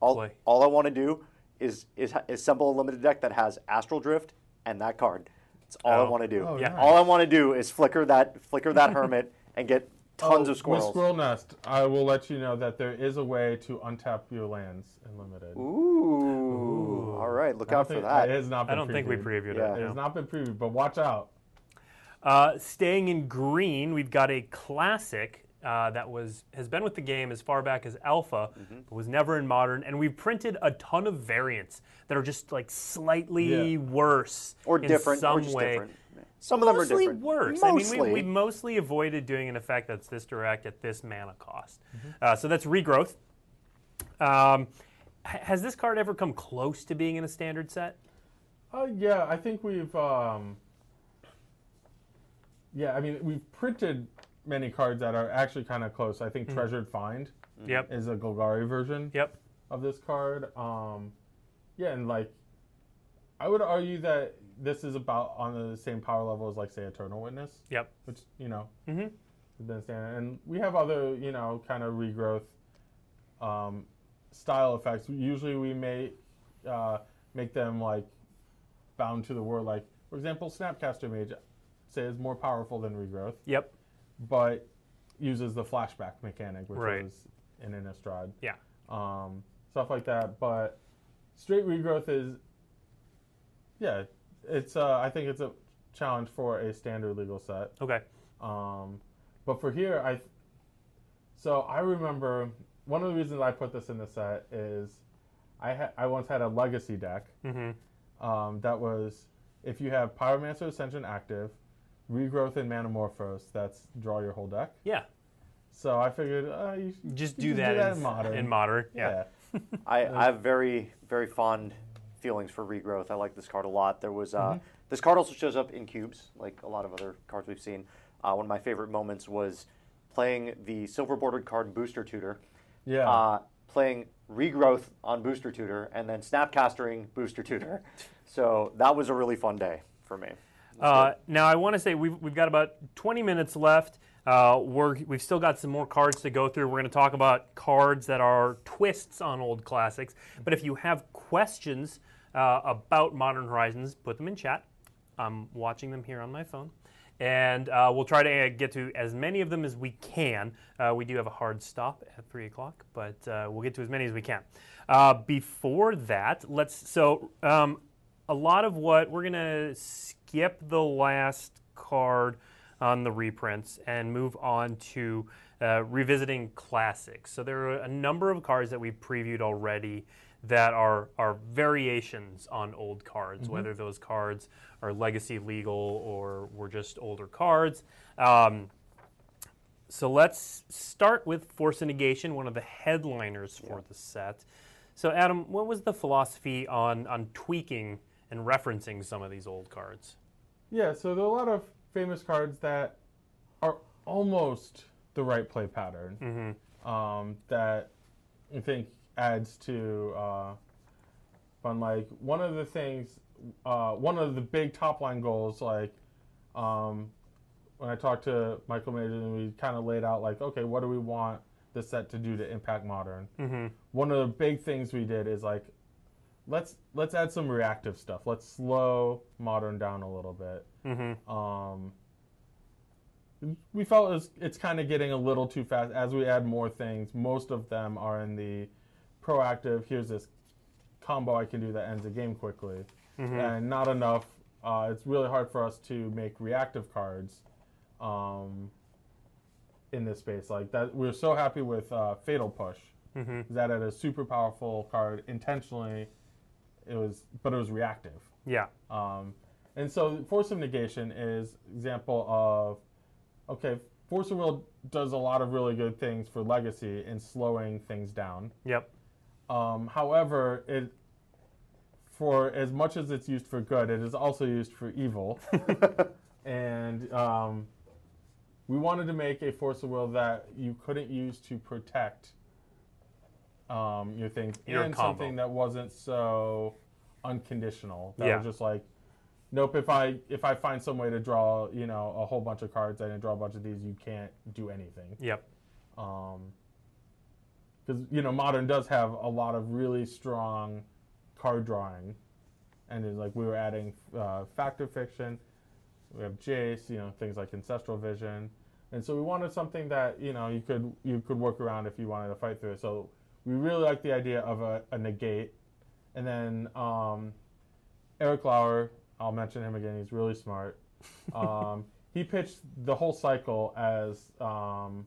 D: all,
A: play.
D: all I want to do is, is ha- assemble a limited deck that has Astral Drift and that card. That's all
A: Oh.
D: I want to do.
B: Oh,
A: Yeah. nice.
D: All I want to do is flicker that flicker that hermit and get tons of squirrels.
B: With Oh, Squirrel Nest, I will let you know that there is a way to untap your lands in limited.
D: Ooh. All right, look
B: I don't
D: out for
B: think-
D: that.
B: It has not been
A: I don't think we
B: previewed.
A: previewed
D: Yeah.
A: it.
B: It
A: no.
B: has not been previewed, but watch out.
A: Uh, staying in green, we've got a classic uh, that was has been with the game as far back as Alpha,
D: Mm-hmm.
A: but was never in Modern, and we've printed a ton of variants that are just like slightly
B: Yeah.
A: worse
D: or
A: in
D: different,
A: some
D: or just
A: way.
D: different. Some of them
A: mostly
D: are different.
A: worse.
D: Mostly.
A: I mean, we, we mostly avoided doing an effect that's this direct at this mana cost.
D: Mm-hmm.
A: Uh, so that's regrowth. Um, h- has this card ever come close to being in a standard set?
B: Uh, yeah, I think we've. Um, yeah, I mean, we've printed many cards that are actually kind of close. I think Treasured Find
A: Yep.
B: is a Golgari version
A: Yep.
B: of this card. Um, yeah, and like, I would argue that this is about on the same power level as, like, say, Eternal Witness.
A: Yep.
B: which you know
A: Mhm.
B: has been standard. And we have other you know kind of regrowth um, style effects. Usually we may uh, make them like bound to the word. Like for example, Snapcaster Mage say is more powerful than regrowth,
A: Yep.
B: but uses the flashback mechanic, which
A: Right.
B: is in Innistrad
A: Yeah.
B: um, stuff like that. But straight regrowth is, yeah, it's. Uh, I think it's a challenge for a standard legal set.
A: Okay.
B: Um, but for here, I. So I remember one of the reasons I put this in the set is, I ha- I once had a legacy deck
A: Mm-hmm.
B: um, that was if you have Pyromancer Ascension active, regrowth and Manamorphose. That's draw your whole deck.
A: Yeah.
B: So I figured uh, you should
A: Just
B: you
A: do that,
B: can
A: in, s-
B: in modern.
A: In modern. Yeah.
B: yeah.
D: I, I have very, very fond feelings for regrowth. I like this card a lot. There was uh,
B: Mm-hmm.
D: this card also shows up in cubes, like a lot of other cards we've seen. Uh, one of my favorite moments was playing the silver bordered card Booster Tutor,
B: Yeah.
D: uh, playing regrowth on Booster Tutor, and then snapcastering Booster Tutor. So that was a really fun day for me.
A: Uh, now I want to say we've, we've got about 20 minutes left. Uh, we're, we've still got some more cards to go through. We're going to talk about cards that are twists on old classics. But if you have questions uh, about Modern Horizons, put them in chat. I'm watching them here on my phone. And uh, we'll try to uh, get to as many of them as we can. Uh, we do have a hard stop at three o'clock, but uh, we'll get to as many as we can. Uh, before that, let's. So um, a lot of what we're gonna skip the last card on the reprints and move on to uh, revisiting classics. So there are a number of cards that we previewed already that are are variations on old cards, whether those cards are legacy legal or were just older cards. Um, so let's start with Force of Negation, one of the headliners for the set. So, Adam, what was the philosophy on, on tweaking and referencing some of these old cards?
B: Yeah, so there are a lot of famous cards that are almost the right play pattern um, that I think adds to uh, fun. Like one of the things, uh, one of the big top line goals, like um, when I talked to Michael Major and we kind of laid out like, okay, what do we want the set to do to impact modern? One of the big things we did is like, let's let's add some reactive stuff.
A: Mm-hmm,
B: Let's slow modern down a little bit. Um, we felt it's, it's kind of getting a little too fast. As we add more things, most of them are in the proactive. Here's this combo I can do that ends the game quickly, and not enough. Uh, it's really hard for us to make reactive cards um, in this space. Like that, we are so happy with uh, Fatal Push.
A: mm-hmm.
B: That had a super powerful card intentionally. It was, but it was reactive.
A: Yeah.
B: Um, and so force of negation is example of okay, force of will does a lot of really good things for legacy in slowing things down.
A: Yep.
B: Um, however, it for as much as it's used for good, it is also used for evil. and um, we wanted to make a force of will that you couldn't use to protect um, your things
A: Your
B: and
A: combo.
B: something that wasn't so unconditional. That
A: Yeah.
B: was just like, nope. If I if I find some way to draw, you know, a whole bunch of cards and I draw a bunch of these, you can't do anything
A: Yep.
B: because Um, you know modern does have a lot of really strong card drawing, and it's like we were adding uh, factor fiction, we have Jace, you know things like ancestral vision, and so we wanted something that you know you could you could work around if you wanted to fight through it. So we really like the idea of a, a negate, and then um, Eric Lauer, I'll mention him again. He's really smart. Um, he pitched the whole cycle as um,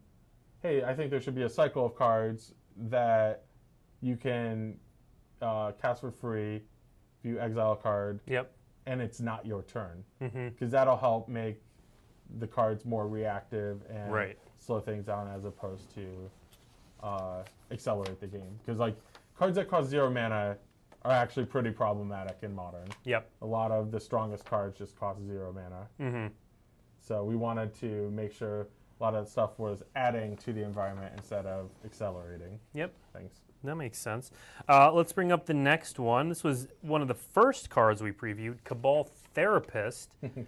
B: hey, I think there should be a cycle of cards that you can uh, cast for free if you exile a card
A: Yep.
B: and it's not your turn.
A: Mhm.
B: Because that'll help make the cards more reactive and
A: Right.
B: slow things down as opposed to uh, accelerate the game. Because, like, cards that cost zero mana are actually pretty problematic in modern.
A: Yep.
B: A lot of the strongest cards just cost zero mana.
A: Mhm.
B: So we wanted to make sure a lot of that stuff was adding to the environment instead of accelerating
A: Yep.
B: things.
A: That makes sense. Uh, let's bring up the next one. This was one of the first cards we previewed, Cabal Therapist. Uh,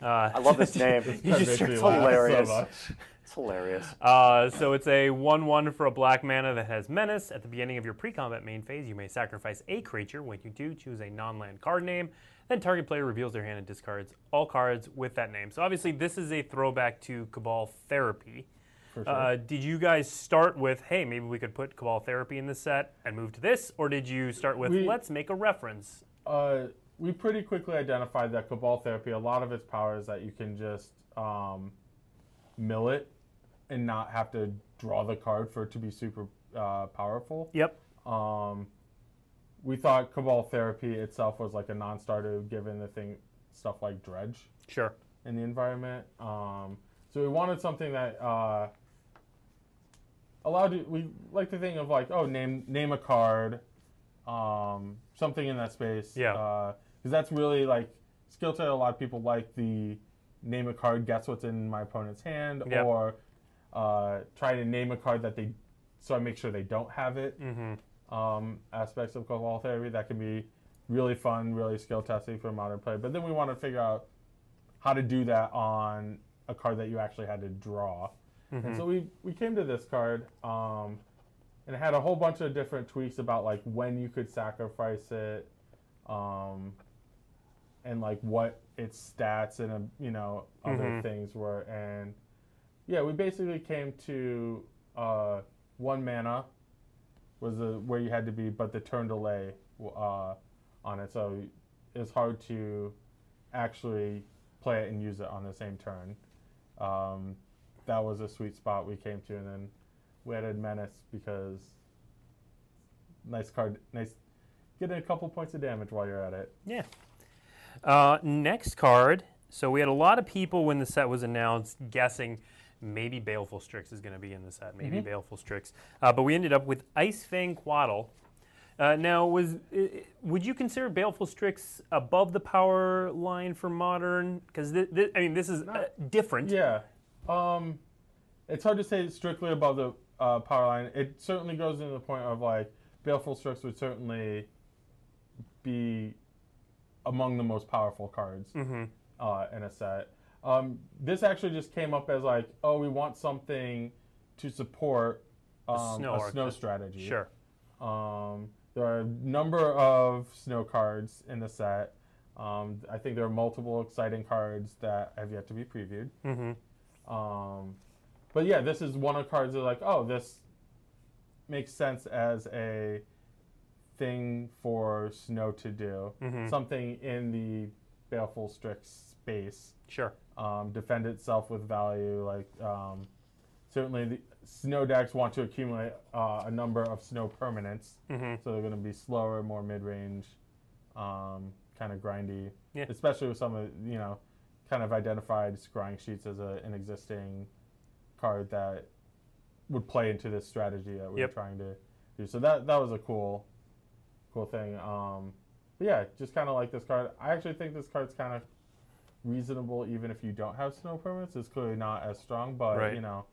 D: I love this name.
A: You just
B: That makes me
A: started
B: laugh so
D: hilarious.
B: much.
D: It's hilarious.
A: Uh, so it's a 1 1 for a black mana that has Menace. At the beginning of your pre combat main phase, you may sacrifice a creature. When you do, choose a non land card name. Then target player reveals their hand and discards all cards with that name. So obviously, this is a throwback to Cabal Therapy. Uh, did you guys start with, hey, maybe we could put Cabal Therapy in this set and move to this? Or did you start with,
B: We-
A: let's make a reference?
B: Uh, we pretty quickly identified that Cabal Therapy, a lot of its power is that you can just um, mill it and not have to draw the card for it to be super uh, powerful.
A: Yep.
B: Um, we thought Cabal Therapy itself was like a non starter given the thing, stuff like Dredge.
A: Sure.
B: in the environment. Um, so we wanted something that uh, allowed you, we like to think of like oh name name a card, um, something in that space.
A: Yeah.
B: Because that's really like skill set. A lot of people like the name a card, guess what's in my opponent's hand,
A: Yeah.
B: or uh, try to name a card that they so I make sure they don't have it.
A: Mm-hmm.
B: Um, aspects of Cobalt Therapy that can be really fun, really skill testing for a modern player. But then we want to figure out how to do that on a card that you actually had to draw. And so we, we came to this card um, and it had a whole bunch of different tweaks about like when you could sacrifice it um, and like what its stats and um, you know other things were. And yeah, we basically came to uh, one mana was the, where you had to be, but the turn delay uh, on it, so it's hard to actually play it and use it on the same turn. Um, that was a sweet spot we came to, and then we added menace because nice card, nice getting a couple points of damage while you're at it.
A: Yeah. Uh, next card. So we had a lot of people when the set was announced guessing maybe Baleful Strix is going to be in the set, maybe Baleful Strix. Uh, but we ended up with Ice Fang Quaddle. Uh, now, was i- i- would you consider Baleful Strix above the power line for modern? Because I mean, this is uh, different.
B: Yeah. Um, it's hard to say strictly above the uh, power line. It certainly goes into the point of like Baleful Strix would certainly be among the most powerful cards
A: Mm-hmm.
B: uh, in a set. Um, this actually just came up as like, oh, we want something to support um,
A: snow
B: a
A: arc-
B: snow strategy.
A: Sure.
B: Um, there are a number of snow cards in the set.
A: Mm-hmm.
B: Um, I think there are multiple exciting cards that have yet to be previewed. Um, but yeah, this is one of the cards that like, oh, this makes sense as a thing for snow to do.
A: Mhm.
B: Something in the Baleful Strix space.
A: Sure.
B: Um, defend itself with value. Like um, certainly the snow decks want to accumulate uh, a number of snow permanents.
A: Mhm.
B: So they're going to be slower, more mid-range, um, kind of grindy.
A: Yeah.
B: Especially with some of you know, kind of identified scrying sheets as a, an existing card that would play into this strategy that we
A: Yep.
B: were trying to do. So that that was a cool, cool thing. Um, but yeah, just kind of like this card. I actually think this card's kind of reasonable, even if you don't have snow permits. It's clearly not as strong, but
A: Right.
B: you know,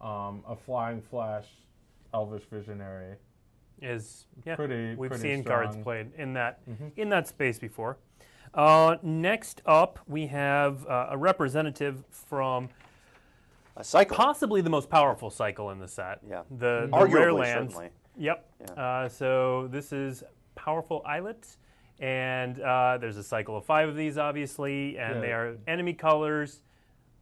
B: um, a flying flash, elvish visionary.
A: Is yeah.
B: Pretty-
A: We've
B: pretty
A: seen cards
B: strong. Mm-hmm.
A: played in that in that space before. Uh, next up, we have uh, a representative from
D: A cycle.
A: possibly the most powerful cycle in the set.
D: Yeah.
A: The,
B: Mm-hmm.
A: the rare
D: Arguably,
A: lands.
D: certainly.
A: Yep.
D: Yeah.
A: Uh, so this is Powerful Islet, and uh, there's a cycle of five of these, obviously, and
B: Yeah.
A: they are enemy colors,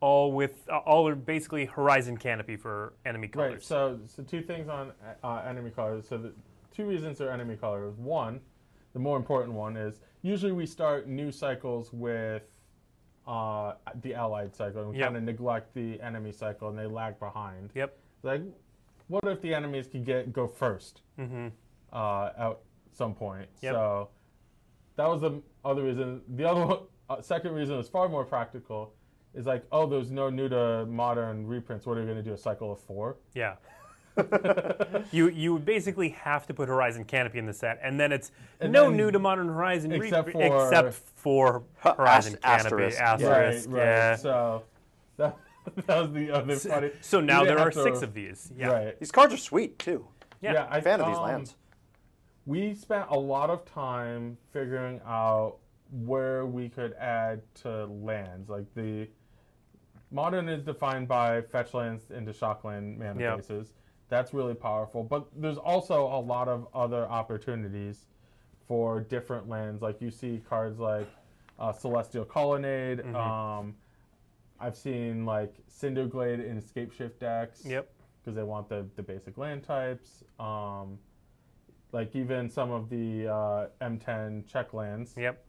A: all with uh, all are basically Horizon Canopy for enemy colors.
B: Right. So, so two things on uh, enemy colors. So, the two reasons they're enemy colors. One, the more important one is usually we start new cycles with uh, the allied cycle and
A: Yep.
B: kind of neglect the enemy cycle, and they lag behind.
A: Yep.
B: Like, what if the enemies could get go 1st uh, at some point?
A: Mm-hmm. Yep.
B: So that was the other reason. The other one- uh, second reason was far more practical. Is like, oh, there's no new to modern reprints. What are you going to do? A cycle of four?
A: Yeah. you you would basically have to put Horizon Canopy in the set, and then it's
B: And
A: no
B: then-
A: new to Modern Horizon, re-
B: except for-
A: except for Horizon
D: Ast-
A: Canopy.
D: asterisk.
A: Asterisk,
B: Right, right.
A: yeah.
B: So that, that was the other funny.
A: So
B: you
A: now
B: didn't
A: there
B: have
A: are
B: to-
A: six of these. Yeah.
B: Right.
D: These cards are sweet too.
A: Yeah.
B: I,
D: Fan of these
B: um,
D: lands.
B: We spent a lot of time figuring out where we could add to lands. Like the modern is defined by fetch lands into shock land mana
A: Yeah.
B: bases. That's really powerful. But there's also a lot of other opportunities for different lands. Like you see cards like uh, Celestial Colonnade.
A: Mm-hmm.
B: Um, I've seen like Cinderglade in Escape Shift decks
A: Yep.
B: because they want the, the basic land types. Um, like even some of the uh, M10 check lands.
A: Yep.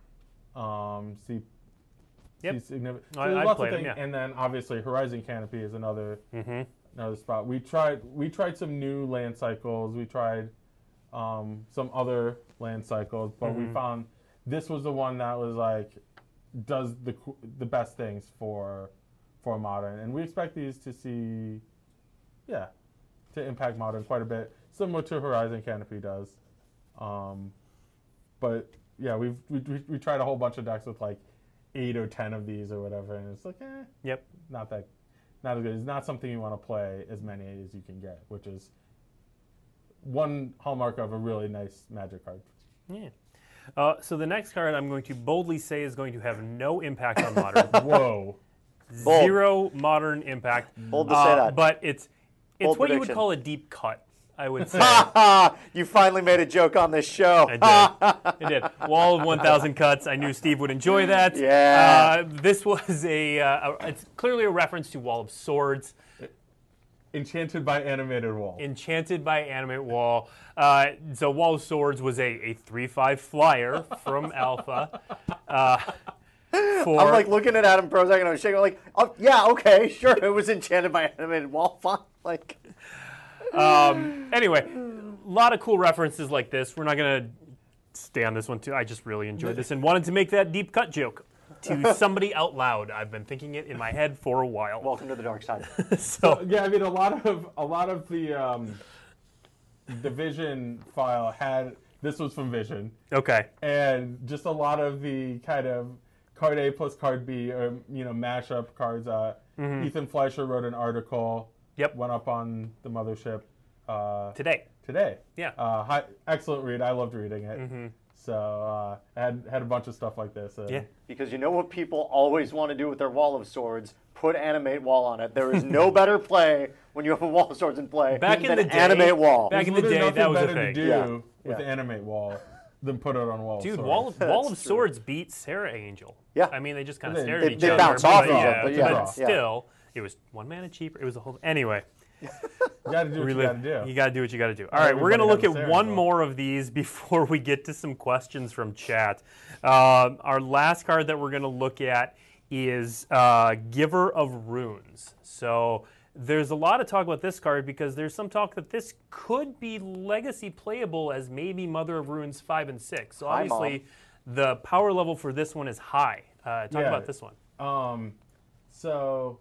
B: Um, see,
A: Yep.
B: see significant.
A: I-
B: there's
A: I've
B: lots
A: played
B: of
A: 'em,
B: things.
A: yeah.
B: And then obviously Horizon Canopy is another
A: Mm-hmm.
B: another spot. We tried we tried some new land cycles. We tried um, some other land cycles, but we found this was the one that was like does the qu- the best things for for modern, and we expect these to see, yeah, to impact modern quite a bit, similar to Horizon Canopy does. Um, but yeah, we've we, we, we tried a whole bunch of decks with like eight or ten of these or whatever, and it's like eh
A: Yep.
B: not that not as good. It's not something you want to play as many as you can get, which is one hallmark of a really nice magic card.
A: Yeah. Uh, so the next card I'm going to boldly say is going to have no impact on modern.
B: Whoa.
D: Bold.
A: Zero modern impact.
D: Bold to say
A: Uh,
D: that.
A: But it's it's
D: Bold
A: what you would
D: prediction.
A: call a deep cut. I would say.
D: Ha ha! You finally made a joke on this show.
A: I did. I did. Wall of 1,000 cuts. I knew Steve would enjoy that.
D: Yeah.
A: Uh, this was a, uh, a- It's clearly a reference to Wall of Swords,
B: Enchanted by animated wall.
A: enchanted by animate wall. Uh, so Wall of Swords was a a three five flyer from Alpha. Uh, for
D: I'm like looking at Adam Prozac and I'm shaking. I'm like, oh, yeah, okay, sure. It was enchanted by animated wall font. Like,
A: um, anyway, a lot of cool references like this. We're not gonna stay on this one too. I just really enjoyed this and wanted to make that deep cut joke to somebody out loud. I've been thinking it in my head for a while.
D: welcome to the dark side.
A: so
B: yeah, I mean a lot of a lot of the um, the Vision file had this was from Vision,
A: okay,
B: and just a lot of the kind of card A plus card B or you know mashup cards. Uh, Ethan Fleischer wrote an article.
A: Yep.
B: Went up on the mothership. Uh,
A: today.
B: today.
A: Yeah. Mm-hmm.
B: Uh, hi, excellent read. I loved reading it. So uh, I had had a bunch of stuff like this. and-
A: Yeah.
D: Because you know what people always want to do with their wall of swords? Put animate wall on it. There is no better play when you have a wall of swords in play
A: Back in
D: than
A: the day-
D: animate wall.
A: back- in the
B: Literally
A: day,
B: nothing
A: that was a
B: better
A: thing.
B: to do
D: Yeah.
B: with the
D: Yeah.
B: animate wall than put it on wall. of
A: Dude,
B: Swords.
A: Wall of, Wall of
D: That's true.
A: Swords beat Sarah Angel.
D: Yeah.
A: I mean, they just kind of
B: They-
A: stared at
D: they-
A: each
D: they
A: other.
D: bounce
A: but
D: off of
A: yeah,
D: each other,
A: but
D: yeah. Yeah.
A: still, It was one mana cheaper. It was a whole. Anyway,
B: You gotta do what you
A: relive-
B: gotta do.
A: You got to do what you got to do. All right, we're going to
B: everybody
A: look at
B: got a Sarah
A: one
B: vote.
A: more of these before we get to some questions from chat. Um, our last card that we're going to look at is uh, Giver of Runes. So there's a lot of talk about this card because there's some talk that this could be legacy playable as maybe Mother of Runes 5 and 6. So
D: Hi, Mom.
A: obviously, the power level for this one is high. Uh, talk
B: Yeah.
A: about this one.
B: Um, so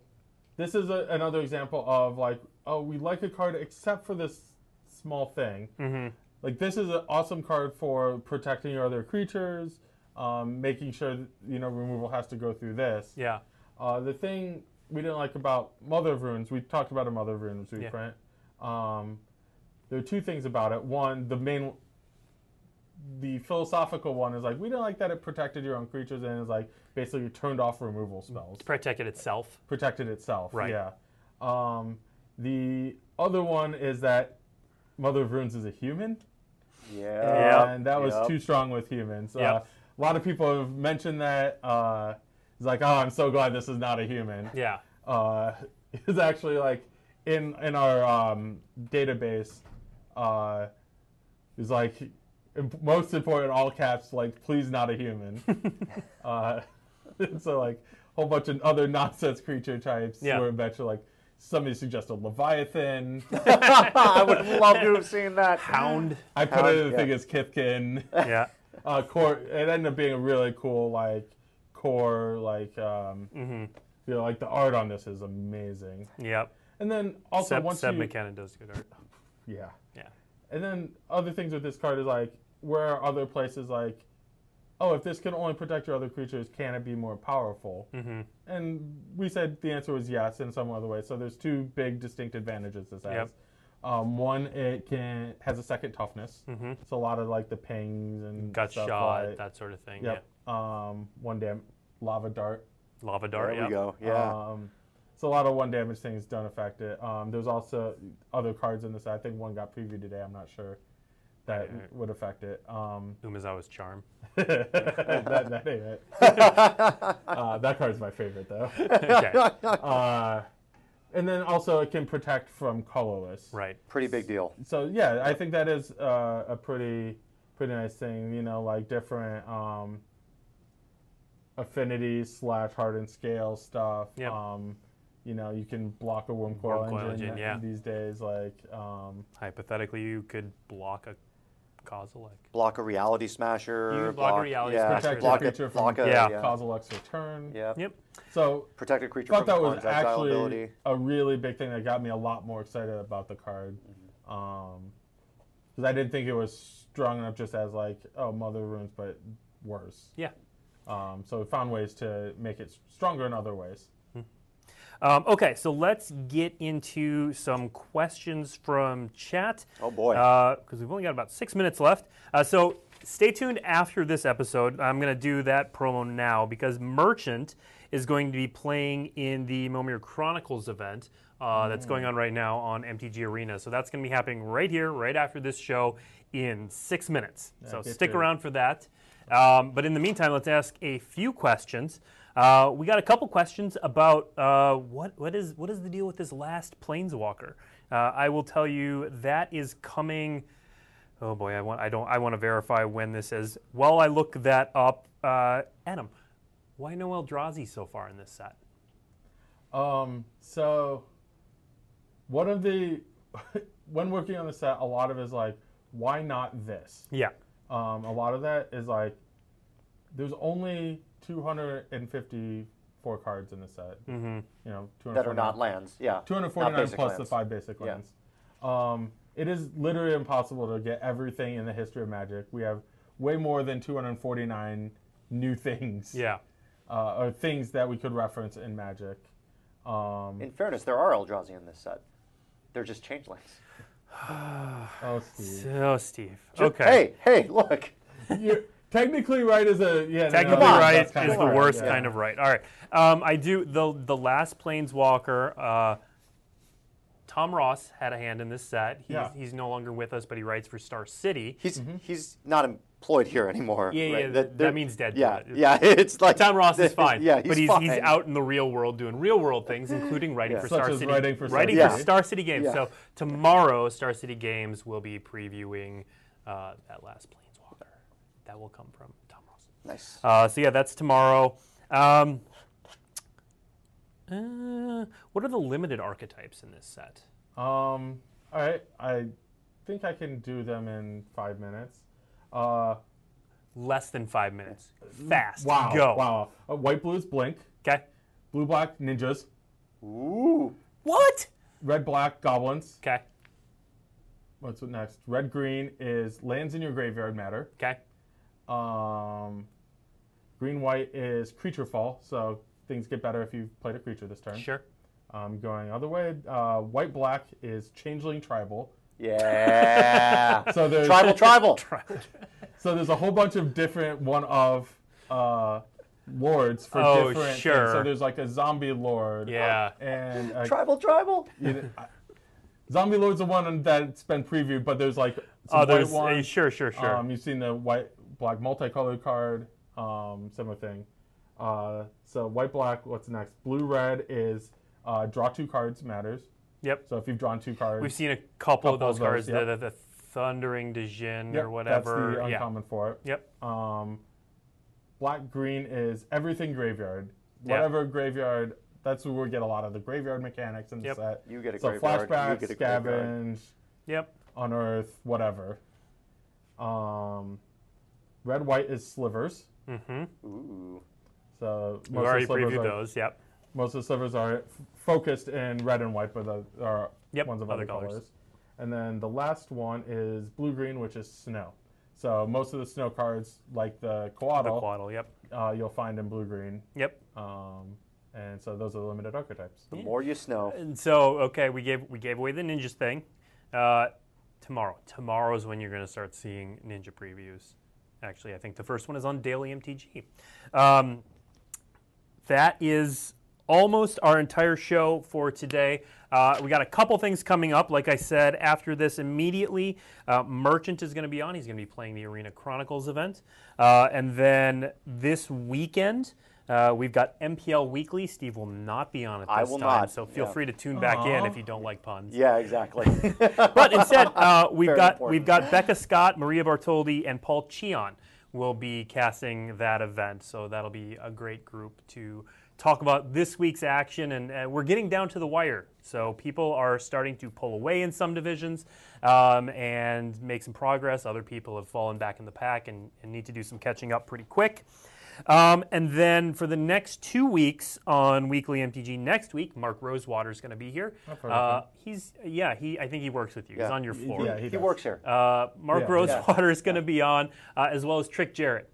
B: this is a, another example of like, oh, we like a card except for this small thing.
A: Mm-hmm.
B: Like this is an awesome card for protecting your other creatures, um, making sure that, you know removal has to go through this.
A: Yeah.
B: Uh, the thing we didn't like about Mother of Runes, we talked about a Mother of Runes reprint. Um, there are two things about it. One, the main, the philosophical one is like we didn't like that it protected your own creatures and is like basically you turned off removal spells,
A: Protected itself.
B: protected itself.
A: Right.
B: Yeah. Um, the other one is that Mother of Runes is a human,
D: Yeah.
B: and that was
D: Yep.
B: too strong with humans. Uh,
A: Yep.
B: a lot of people have mentioned that. Uh, it's like, oh, I'm so glad this is not a human
A: Yeah.
B: uh, is actually like in in our um, database uh, is like imp- most important all caps like please not a human. uh, so like a whole bunch of other nonsense creature types
A: Yeah.
B: were eventually like somebody suggested leviathan.
D: I would love to have seen that.
A: Hound.
B: I put
D: Hound,
B: it in the
D: yeah.
B: thing as Kithkin.
A: yeah.
B: uh, core. It ended up being a really cool like core like um,
D: Mm-hmm.
B: you know like the art on this is amazing.
A: Yep.
B: And then also
A: Seb,
B: once
A: Seb
B: you
A: McKinnon does good art.
B: yeah.
A: Yeah.
B: And then other things with this card is like, where are other places like, oh, if this can only protect your other creatures, can it be more powerful? Mm-hmm. And we said the answer was yes in some other way. So there's two big distinct advantages this has.
A: Yep.
B: Um, one, it can has a second toughness. Mm-hmm. It's a lot of like the pings and
A: Gut
B: stuff
A: shot,
B: like-
A: that sort of thing.
B: Yep. Um, one damn lava dart.
A: Yeah. Lava dart.
D: There
A: yeah. Uh,
D: we go. Yeah.
B: Um, so a lot of one damage things don't affect it. Um, there's also other cards in this. I think one got previewed today. I'm not sure that would affect it. Um,
A: Umazawa's charm.
B: that, that ain't it. uh, that card's my favorite though.
A: okay.
B: Uh, and then also it can protect from colorless.
A: Right.
D: Pretty big deal.
B: So yeah, I think that is uh, a pretty pretty nice thing. You know, like different um, affinity slash hardened scale stuff.
A: Yep.
B: Um, you know, you can block a worm coil,
A: Worm coil
B: engine,
A: engine, yeah.
B: these days. Like, um,
A: Hypothetically, you could block a Kozilek.
D: Block a reality smasher.
A: You block a reality
D: yeah,
A: smasher.
D: Block
B: Protect your
D: a, block
B: creature
D: a,
A: from-
D: yeah.
A: Yeah.
B: causal X return.
D: yeah.
A: Yep.
B: So
D: Protect a creature
B: I
D: from
B: thought that was
D: contractile
B: actually
D: ability.
B: a really big thing that got me a lot more excited about the card,
D: Mm-hmm.
B: because I didn't think it was strong enough just as like oh Mother of Runes, but worse.
A: Yeah.
B: Um, so we found ways to make it stronger in other ways.
A: Um, okay, so let's get into some questions from chat.
D: Oh, boy.
A: Because we've only got about six minutes left. Uh, so stay tuned after this episode. I'm going to do that promo now because Merchant is going to be playing in the Momir Chronicles event. Uh, that's
D: Mm.
A: going on right now on MTG Arena. So that's going to be happening right here, right after this show, in six minutes. so
B: get
A: stick
B: your-
A: around around for that. Um, but in the meantime, let's ask a few questions. Uh, we got a couple questions about uh, what what is what is the deal with this last planeswalker? Uh, I will tell you that is coming. Oh boy, I want I don't I want to verify when this is. While I look that up, uh, Adam, why no Eldrazi so far in this set?
B: Um, so one of the when working on the set, a lot of it is like, why not this?
A: Yeah,
B: Um, a lot of that is like, there's only 254 cards in the set. Mm-hmm. You know,
D: that are
B: 249
D: not lands. Yeah. Not
B: 249
D: basic
B: plus the
D: lands.
B: five basic
D: Yeah.
B: lands. Um, it is literally impossible to get everything in the history of Magic. We have way more than 249 new things
A: yeah,
B: uh, or things that we could reference in Magic. Um,
D: In fairness, there are Eldrazi in this set. They're just changelings.
B: oh, Steve.
A: so Steve.
D: Just-
A: Okay,
D: Hey, hey, look.
B: You're technically right is a yeah. no, no,
A: Technically
D: Come on,
A: right
B: that's
A: is
B: kinda
A: the
B: correct,
A: worst
B: yeah.
A: kind of right. All right. Um, I do the the last planeswalker. Uh, Tom Ross had a hand in this set. He's,
B: Yeah.
A: he's no longer with us, but he writes for Star City.
D: He's he's not im- deployed here anymore.
A: Yeah, yeah, that,
D: right?
A: that,
D: they're-
A: means dead. to
D: yeah,
A: it.
D: yeah. It's like
A: Tom Ross is fine.
D: Yeah, he's
A: but he's,
D: fine.
A: he's out in the real world doing real world things, including writing
D: Yeah.
A: for
B: Such
A: Star
B: as
A: City.
B: writing for Star
D: City.
A: for
D: Yeah.
A: Star City Games.
D: Yeah.
A: So tomorrow, Star City Games will be previewing uh, that last Planeswalker. That will come from Tom Ross.
D: Nice.
A: Uh, so yeah, that's tomorrow. Um, uh, what are the limited archetypes in this set?
B: Um. All right. I think I can do them in five minutes. Uh.
A: Less than five minutes. Fast.
B: Wow.
A: Go.
B: Wow. Uh, white blues blink.
A: Okay.
B: Blue black ninjas.
D: Ooh,
A: What?
B: Red black goblins.
A: Okay.
B: What's what next? Red green is lands in your graveyard matter.
A: Okay.
B: Um. Green white is creature fall. So things get better if you played a creature this turn.
A: Sure.
B: Um, going other way. Uh, white black is changeling tribal.
D: yeah.
B: So there's
D: tribal, tribal.
B: So there's a whole bunch of different one of uh, lords for
A: Oh,
B: different things.
A: sure.
B: So there's like a zombie lord. uh,
A: Yeah.
B: And a,
D: Tribal, tribal.
B: you know, I- zombie lord's the one that's been previewed, but there's like some
A: Others.
B: white
A: uh,
B: ones.
A: sure. Sure. Sure.
B: Um, you've seen the white, black, multicolored card, um, similar thing. Uh, so white, black. What's next? Blue, red is uh, draw two cards matters.
A: Yep.
B: So if you've drawn two cards,
A: We've seen a couple, of
B: Couple
A: those
B: of those,
A: cards,
B: yep.
A: the, the, the Thundering Dejin
B: yep,
A: or whatever.
B: That's the
A: yeah.
B: uncommon for it.
A: Yep.
B: Um, black green is everything graveyard.
A: Yeah.
B: Whatever graveyard, that's where we get a lot of the graveyard mechanics in the
A: Yep.
B: set.
D: You get a
B: so
D: graveyard, you
B: flashback,
D: get a graveyard.
B: scavenge,
A: Yep.
B: unearth, whatever. Um, red white is slivers.
A: Mm-hmm.
D: Ooh,
B: So most
A: We
B: of
A: already
B: the slivers
A: previewed
B: are,
A: those. Yep.
B: most of the slivers are f- focused in red and white, but the, are
A: Yep,
B: ones of
A: other
B: other,
A: colors.
B: colors. And then the last one is blue green, which is snow. So most of the snow cards, like the
A: The
B: Coatl,
A: Quaddle. Yep.
B: uh, you'll find in blue green.
A: Yep.
B: Um, and so those are the limited archetypes.
D: the more you snow.
A: And so, okay, we gave we gave away the ninjas thing. Uh, tomorrow, tomorrow's when you're going to start seeing ninja previews. Actually, I think the first one is on Daily MTG. Um, that is almost our entire show for today. Uh, we got a couple things coming up. Like I said, after this, immediately, uh, Merchant is going to be on. He's going to be playing the Arena Chronicles event. Uh, and then this weekend, uh, we've got MPL Weekly. Steve will not be on at this
D: I will
A: time,
D: not,
A: so feel
D: yeah.
A: free to tune back in if you don't like puns.
D: Yeah, exactly.
A: But instead, uh, we've
D: Very
A: got
D: important.
A: we've got Becca Scott, Maria Bartoldi, and Paul Chion will be casting that event. So that'll be a great group to talk about this week's action. And uh, we're getting down to the wire, so people are starting to pull away in some divisions um, and make some progress. Other people have fallen back in the pack and, and need to do some catching up pretty quick. Um, and then for the next two weeks on Weekly MTG next week, Mark Rosewater is going to be here.
B: heard of
A: Uh, he's yeah, he I think he works with you. He's
D: Yeah.
A: on your floor.
B: Yeah, he
D: he
B: does.
D: works here.
A: Uh, Mark
B: Yeah.
A: Rosewater is going to be on, uh, as well as Trick Jarrett.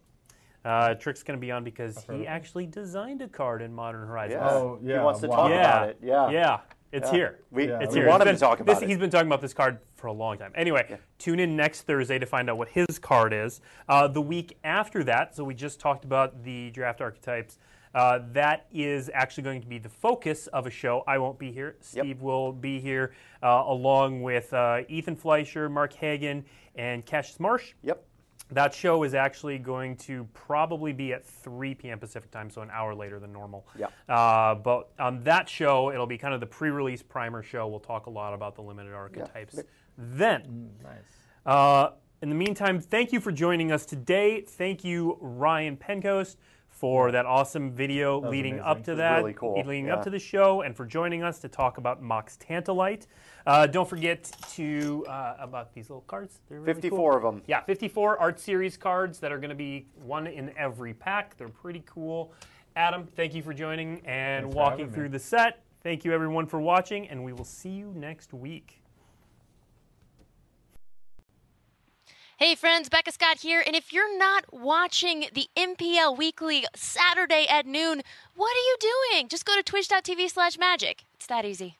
A: Uh, Trick's going to be on because he actually designed a card in Modern Horizons.
D: Yeah.
B: Oh, yeah,
D: He wants to
B: wow.
D: talk
A: yeah,
D: about it. Yeah.
A: yeah, it's
D: Yeah.
A: here.
D: We,
B: Yeah,
A: It's
D: we
A: here.
D: want
A: It's
D: him to
A: been-
D: talk
A: this-
D: about
A: He's
D: it.
A: been talking about this card for a long time. Anyway, tune in next Thursday to find out what his card is. Uh, the week after that, so we just talked about the draft archetypes. Uh, that is actually going to be the focus of a show. I won't be here. Steve will be here uh, along with uh, Ethan Fleischer, Mark Hagan, and Cassius Marsh.
D: Yep.
A: That show is actually going to probably be at 3 p.m. Pacific time, so an hour later than normal.
D: Yeah.
A: Uh, but on that show, it'll be kind of the pre-release primer show. We'll talk a lot about the limited archetypes. Then,
B: Mm, Nice.
A: uh, in the meantime, thank you for joining us today. Thank you, Ryan Pencoast, for that awesome video leading
B: amazing.
A: up to
B: It was
A: that,
D: really cool.
A: leading
D: Yeah.
A: up to the show, and for joining us to talk about Mox Tantalite. Uh, don't forget to uh, about these little cards. They're really cool.
D: 54 of them.
A: Um, Yeah, 54 art series cards that are going to be one in every pack. They're pretty cool. Adam, thank you for joining and
B: Thanks for
A: walking
B: having me.
A: through the set. Thank you everyone for watching, and we will see you next week.
E: Hey friends, Becca Scott here, and if you're not watching the MPL Weekly Saturday at noon, what are you doing? Just go to twitch.tv slash magic. It's that easy.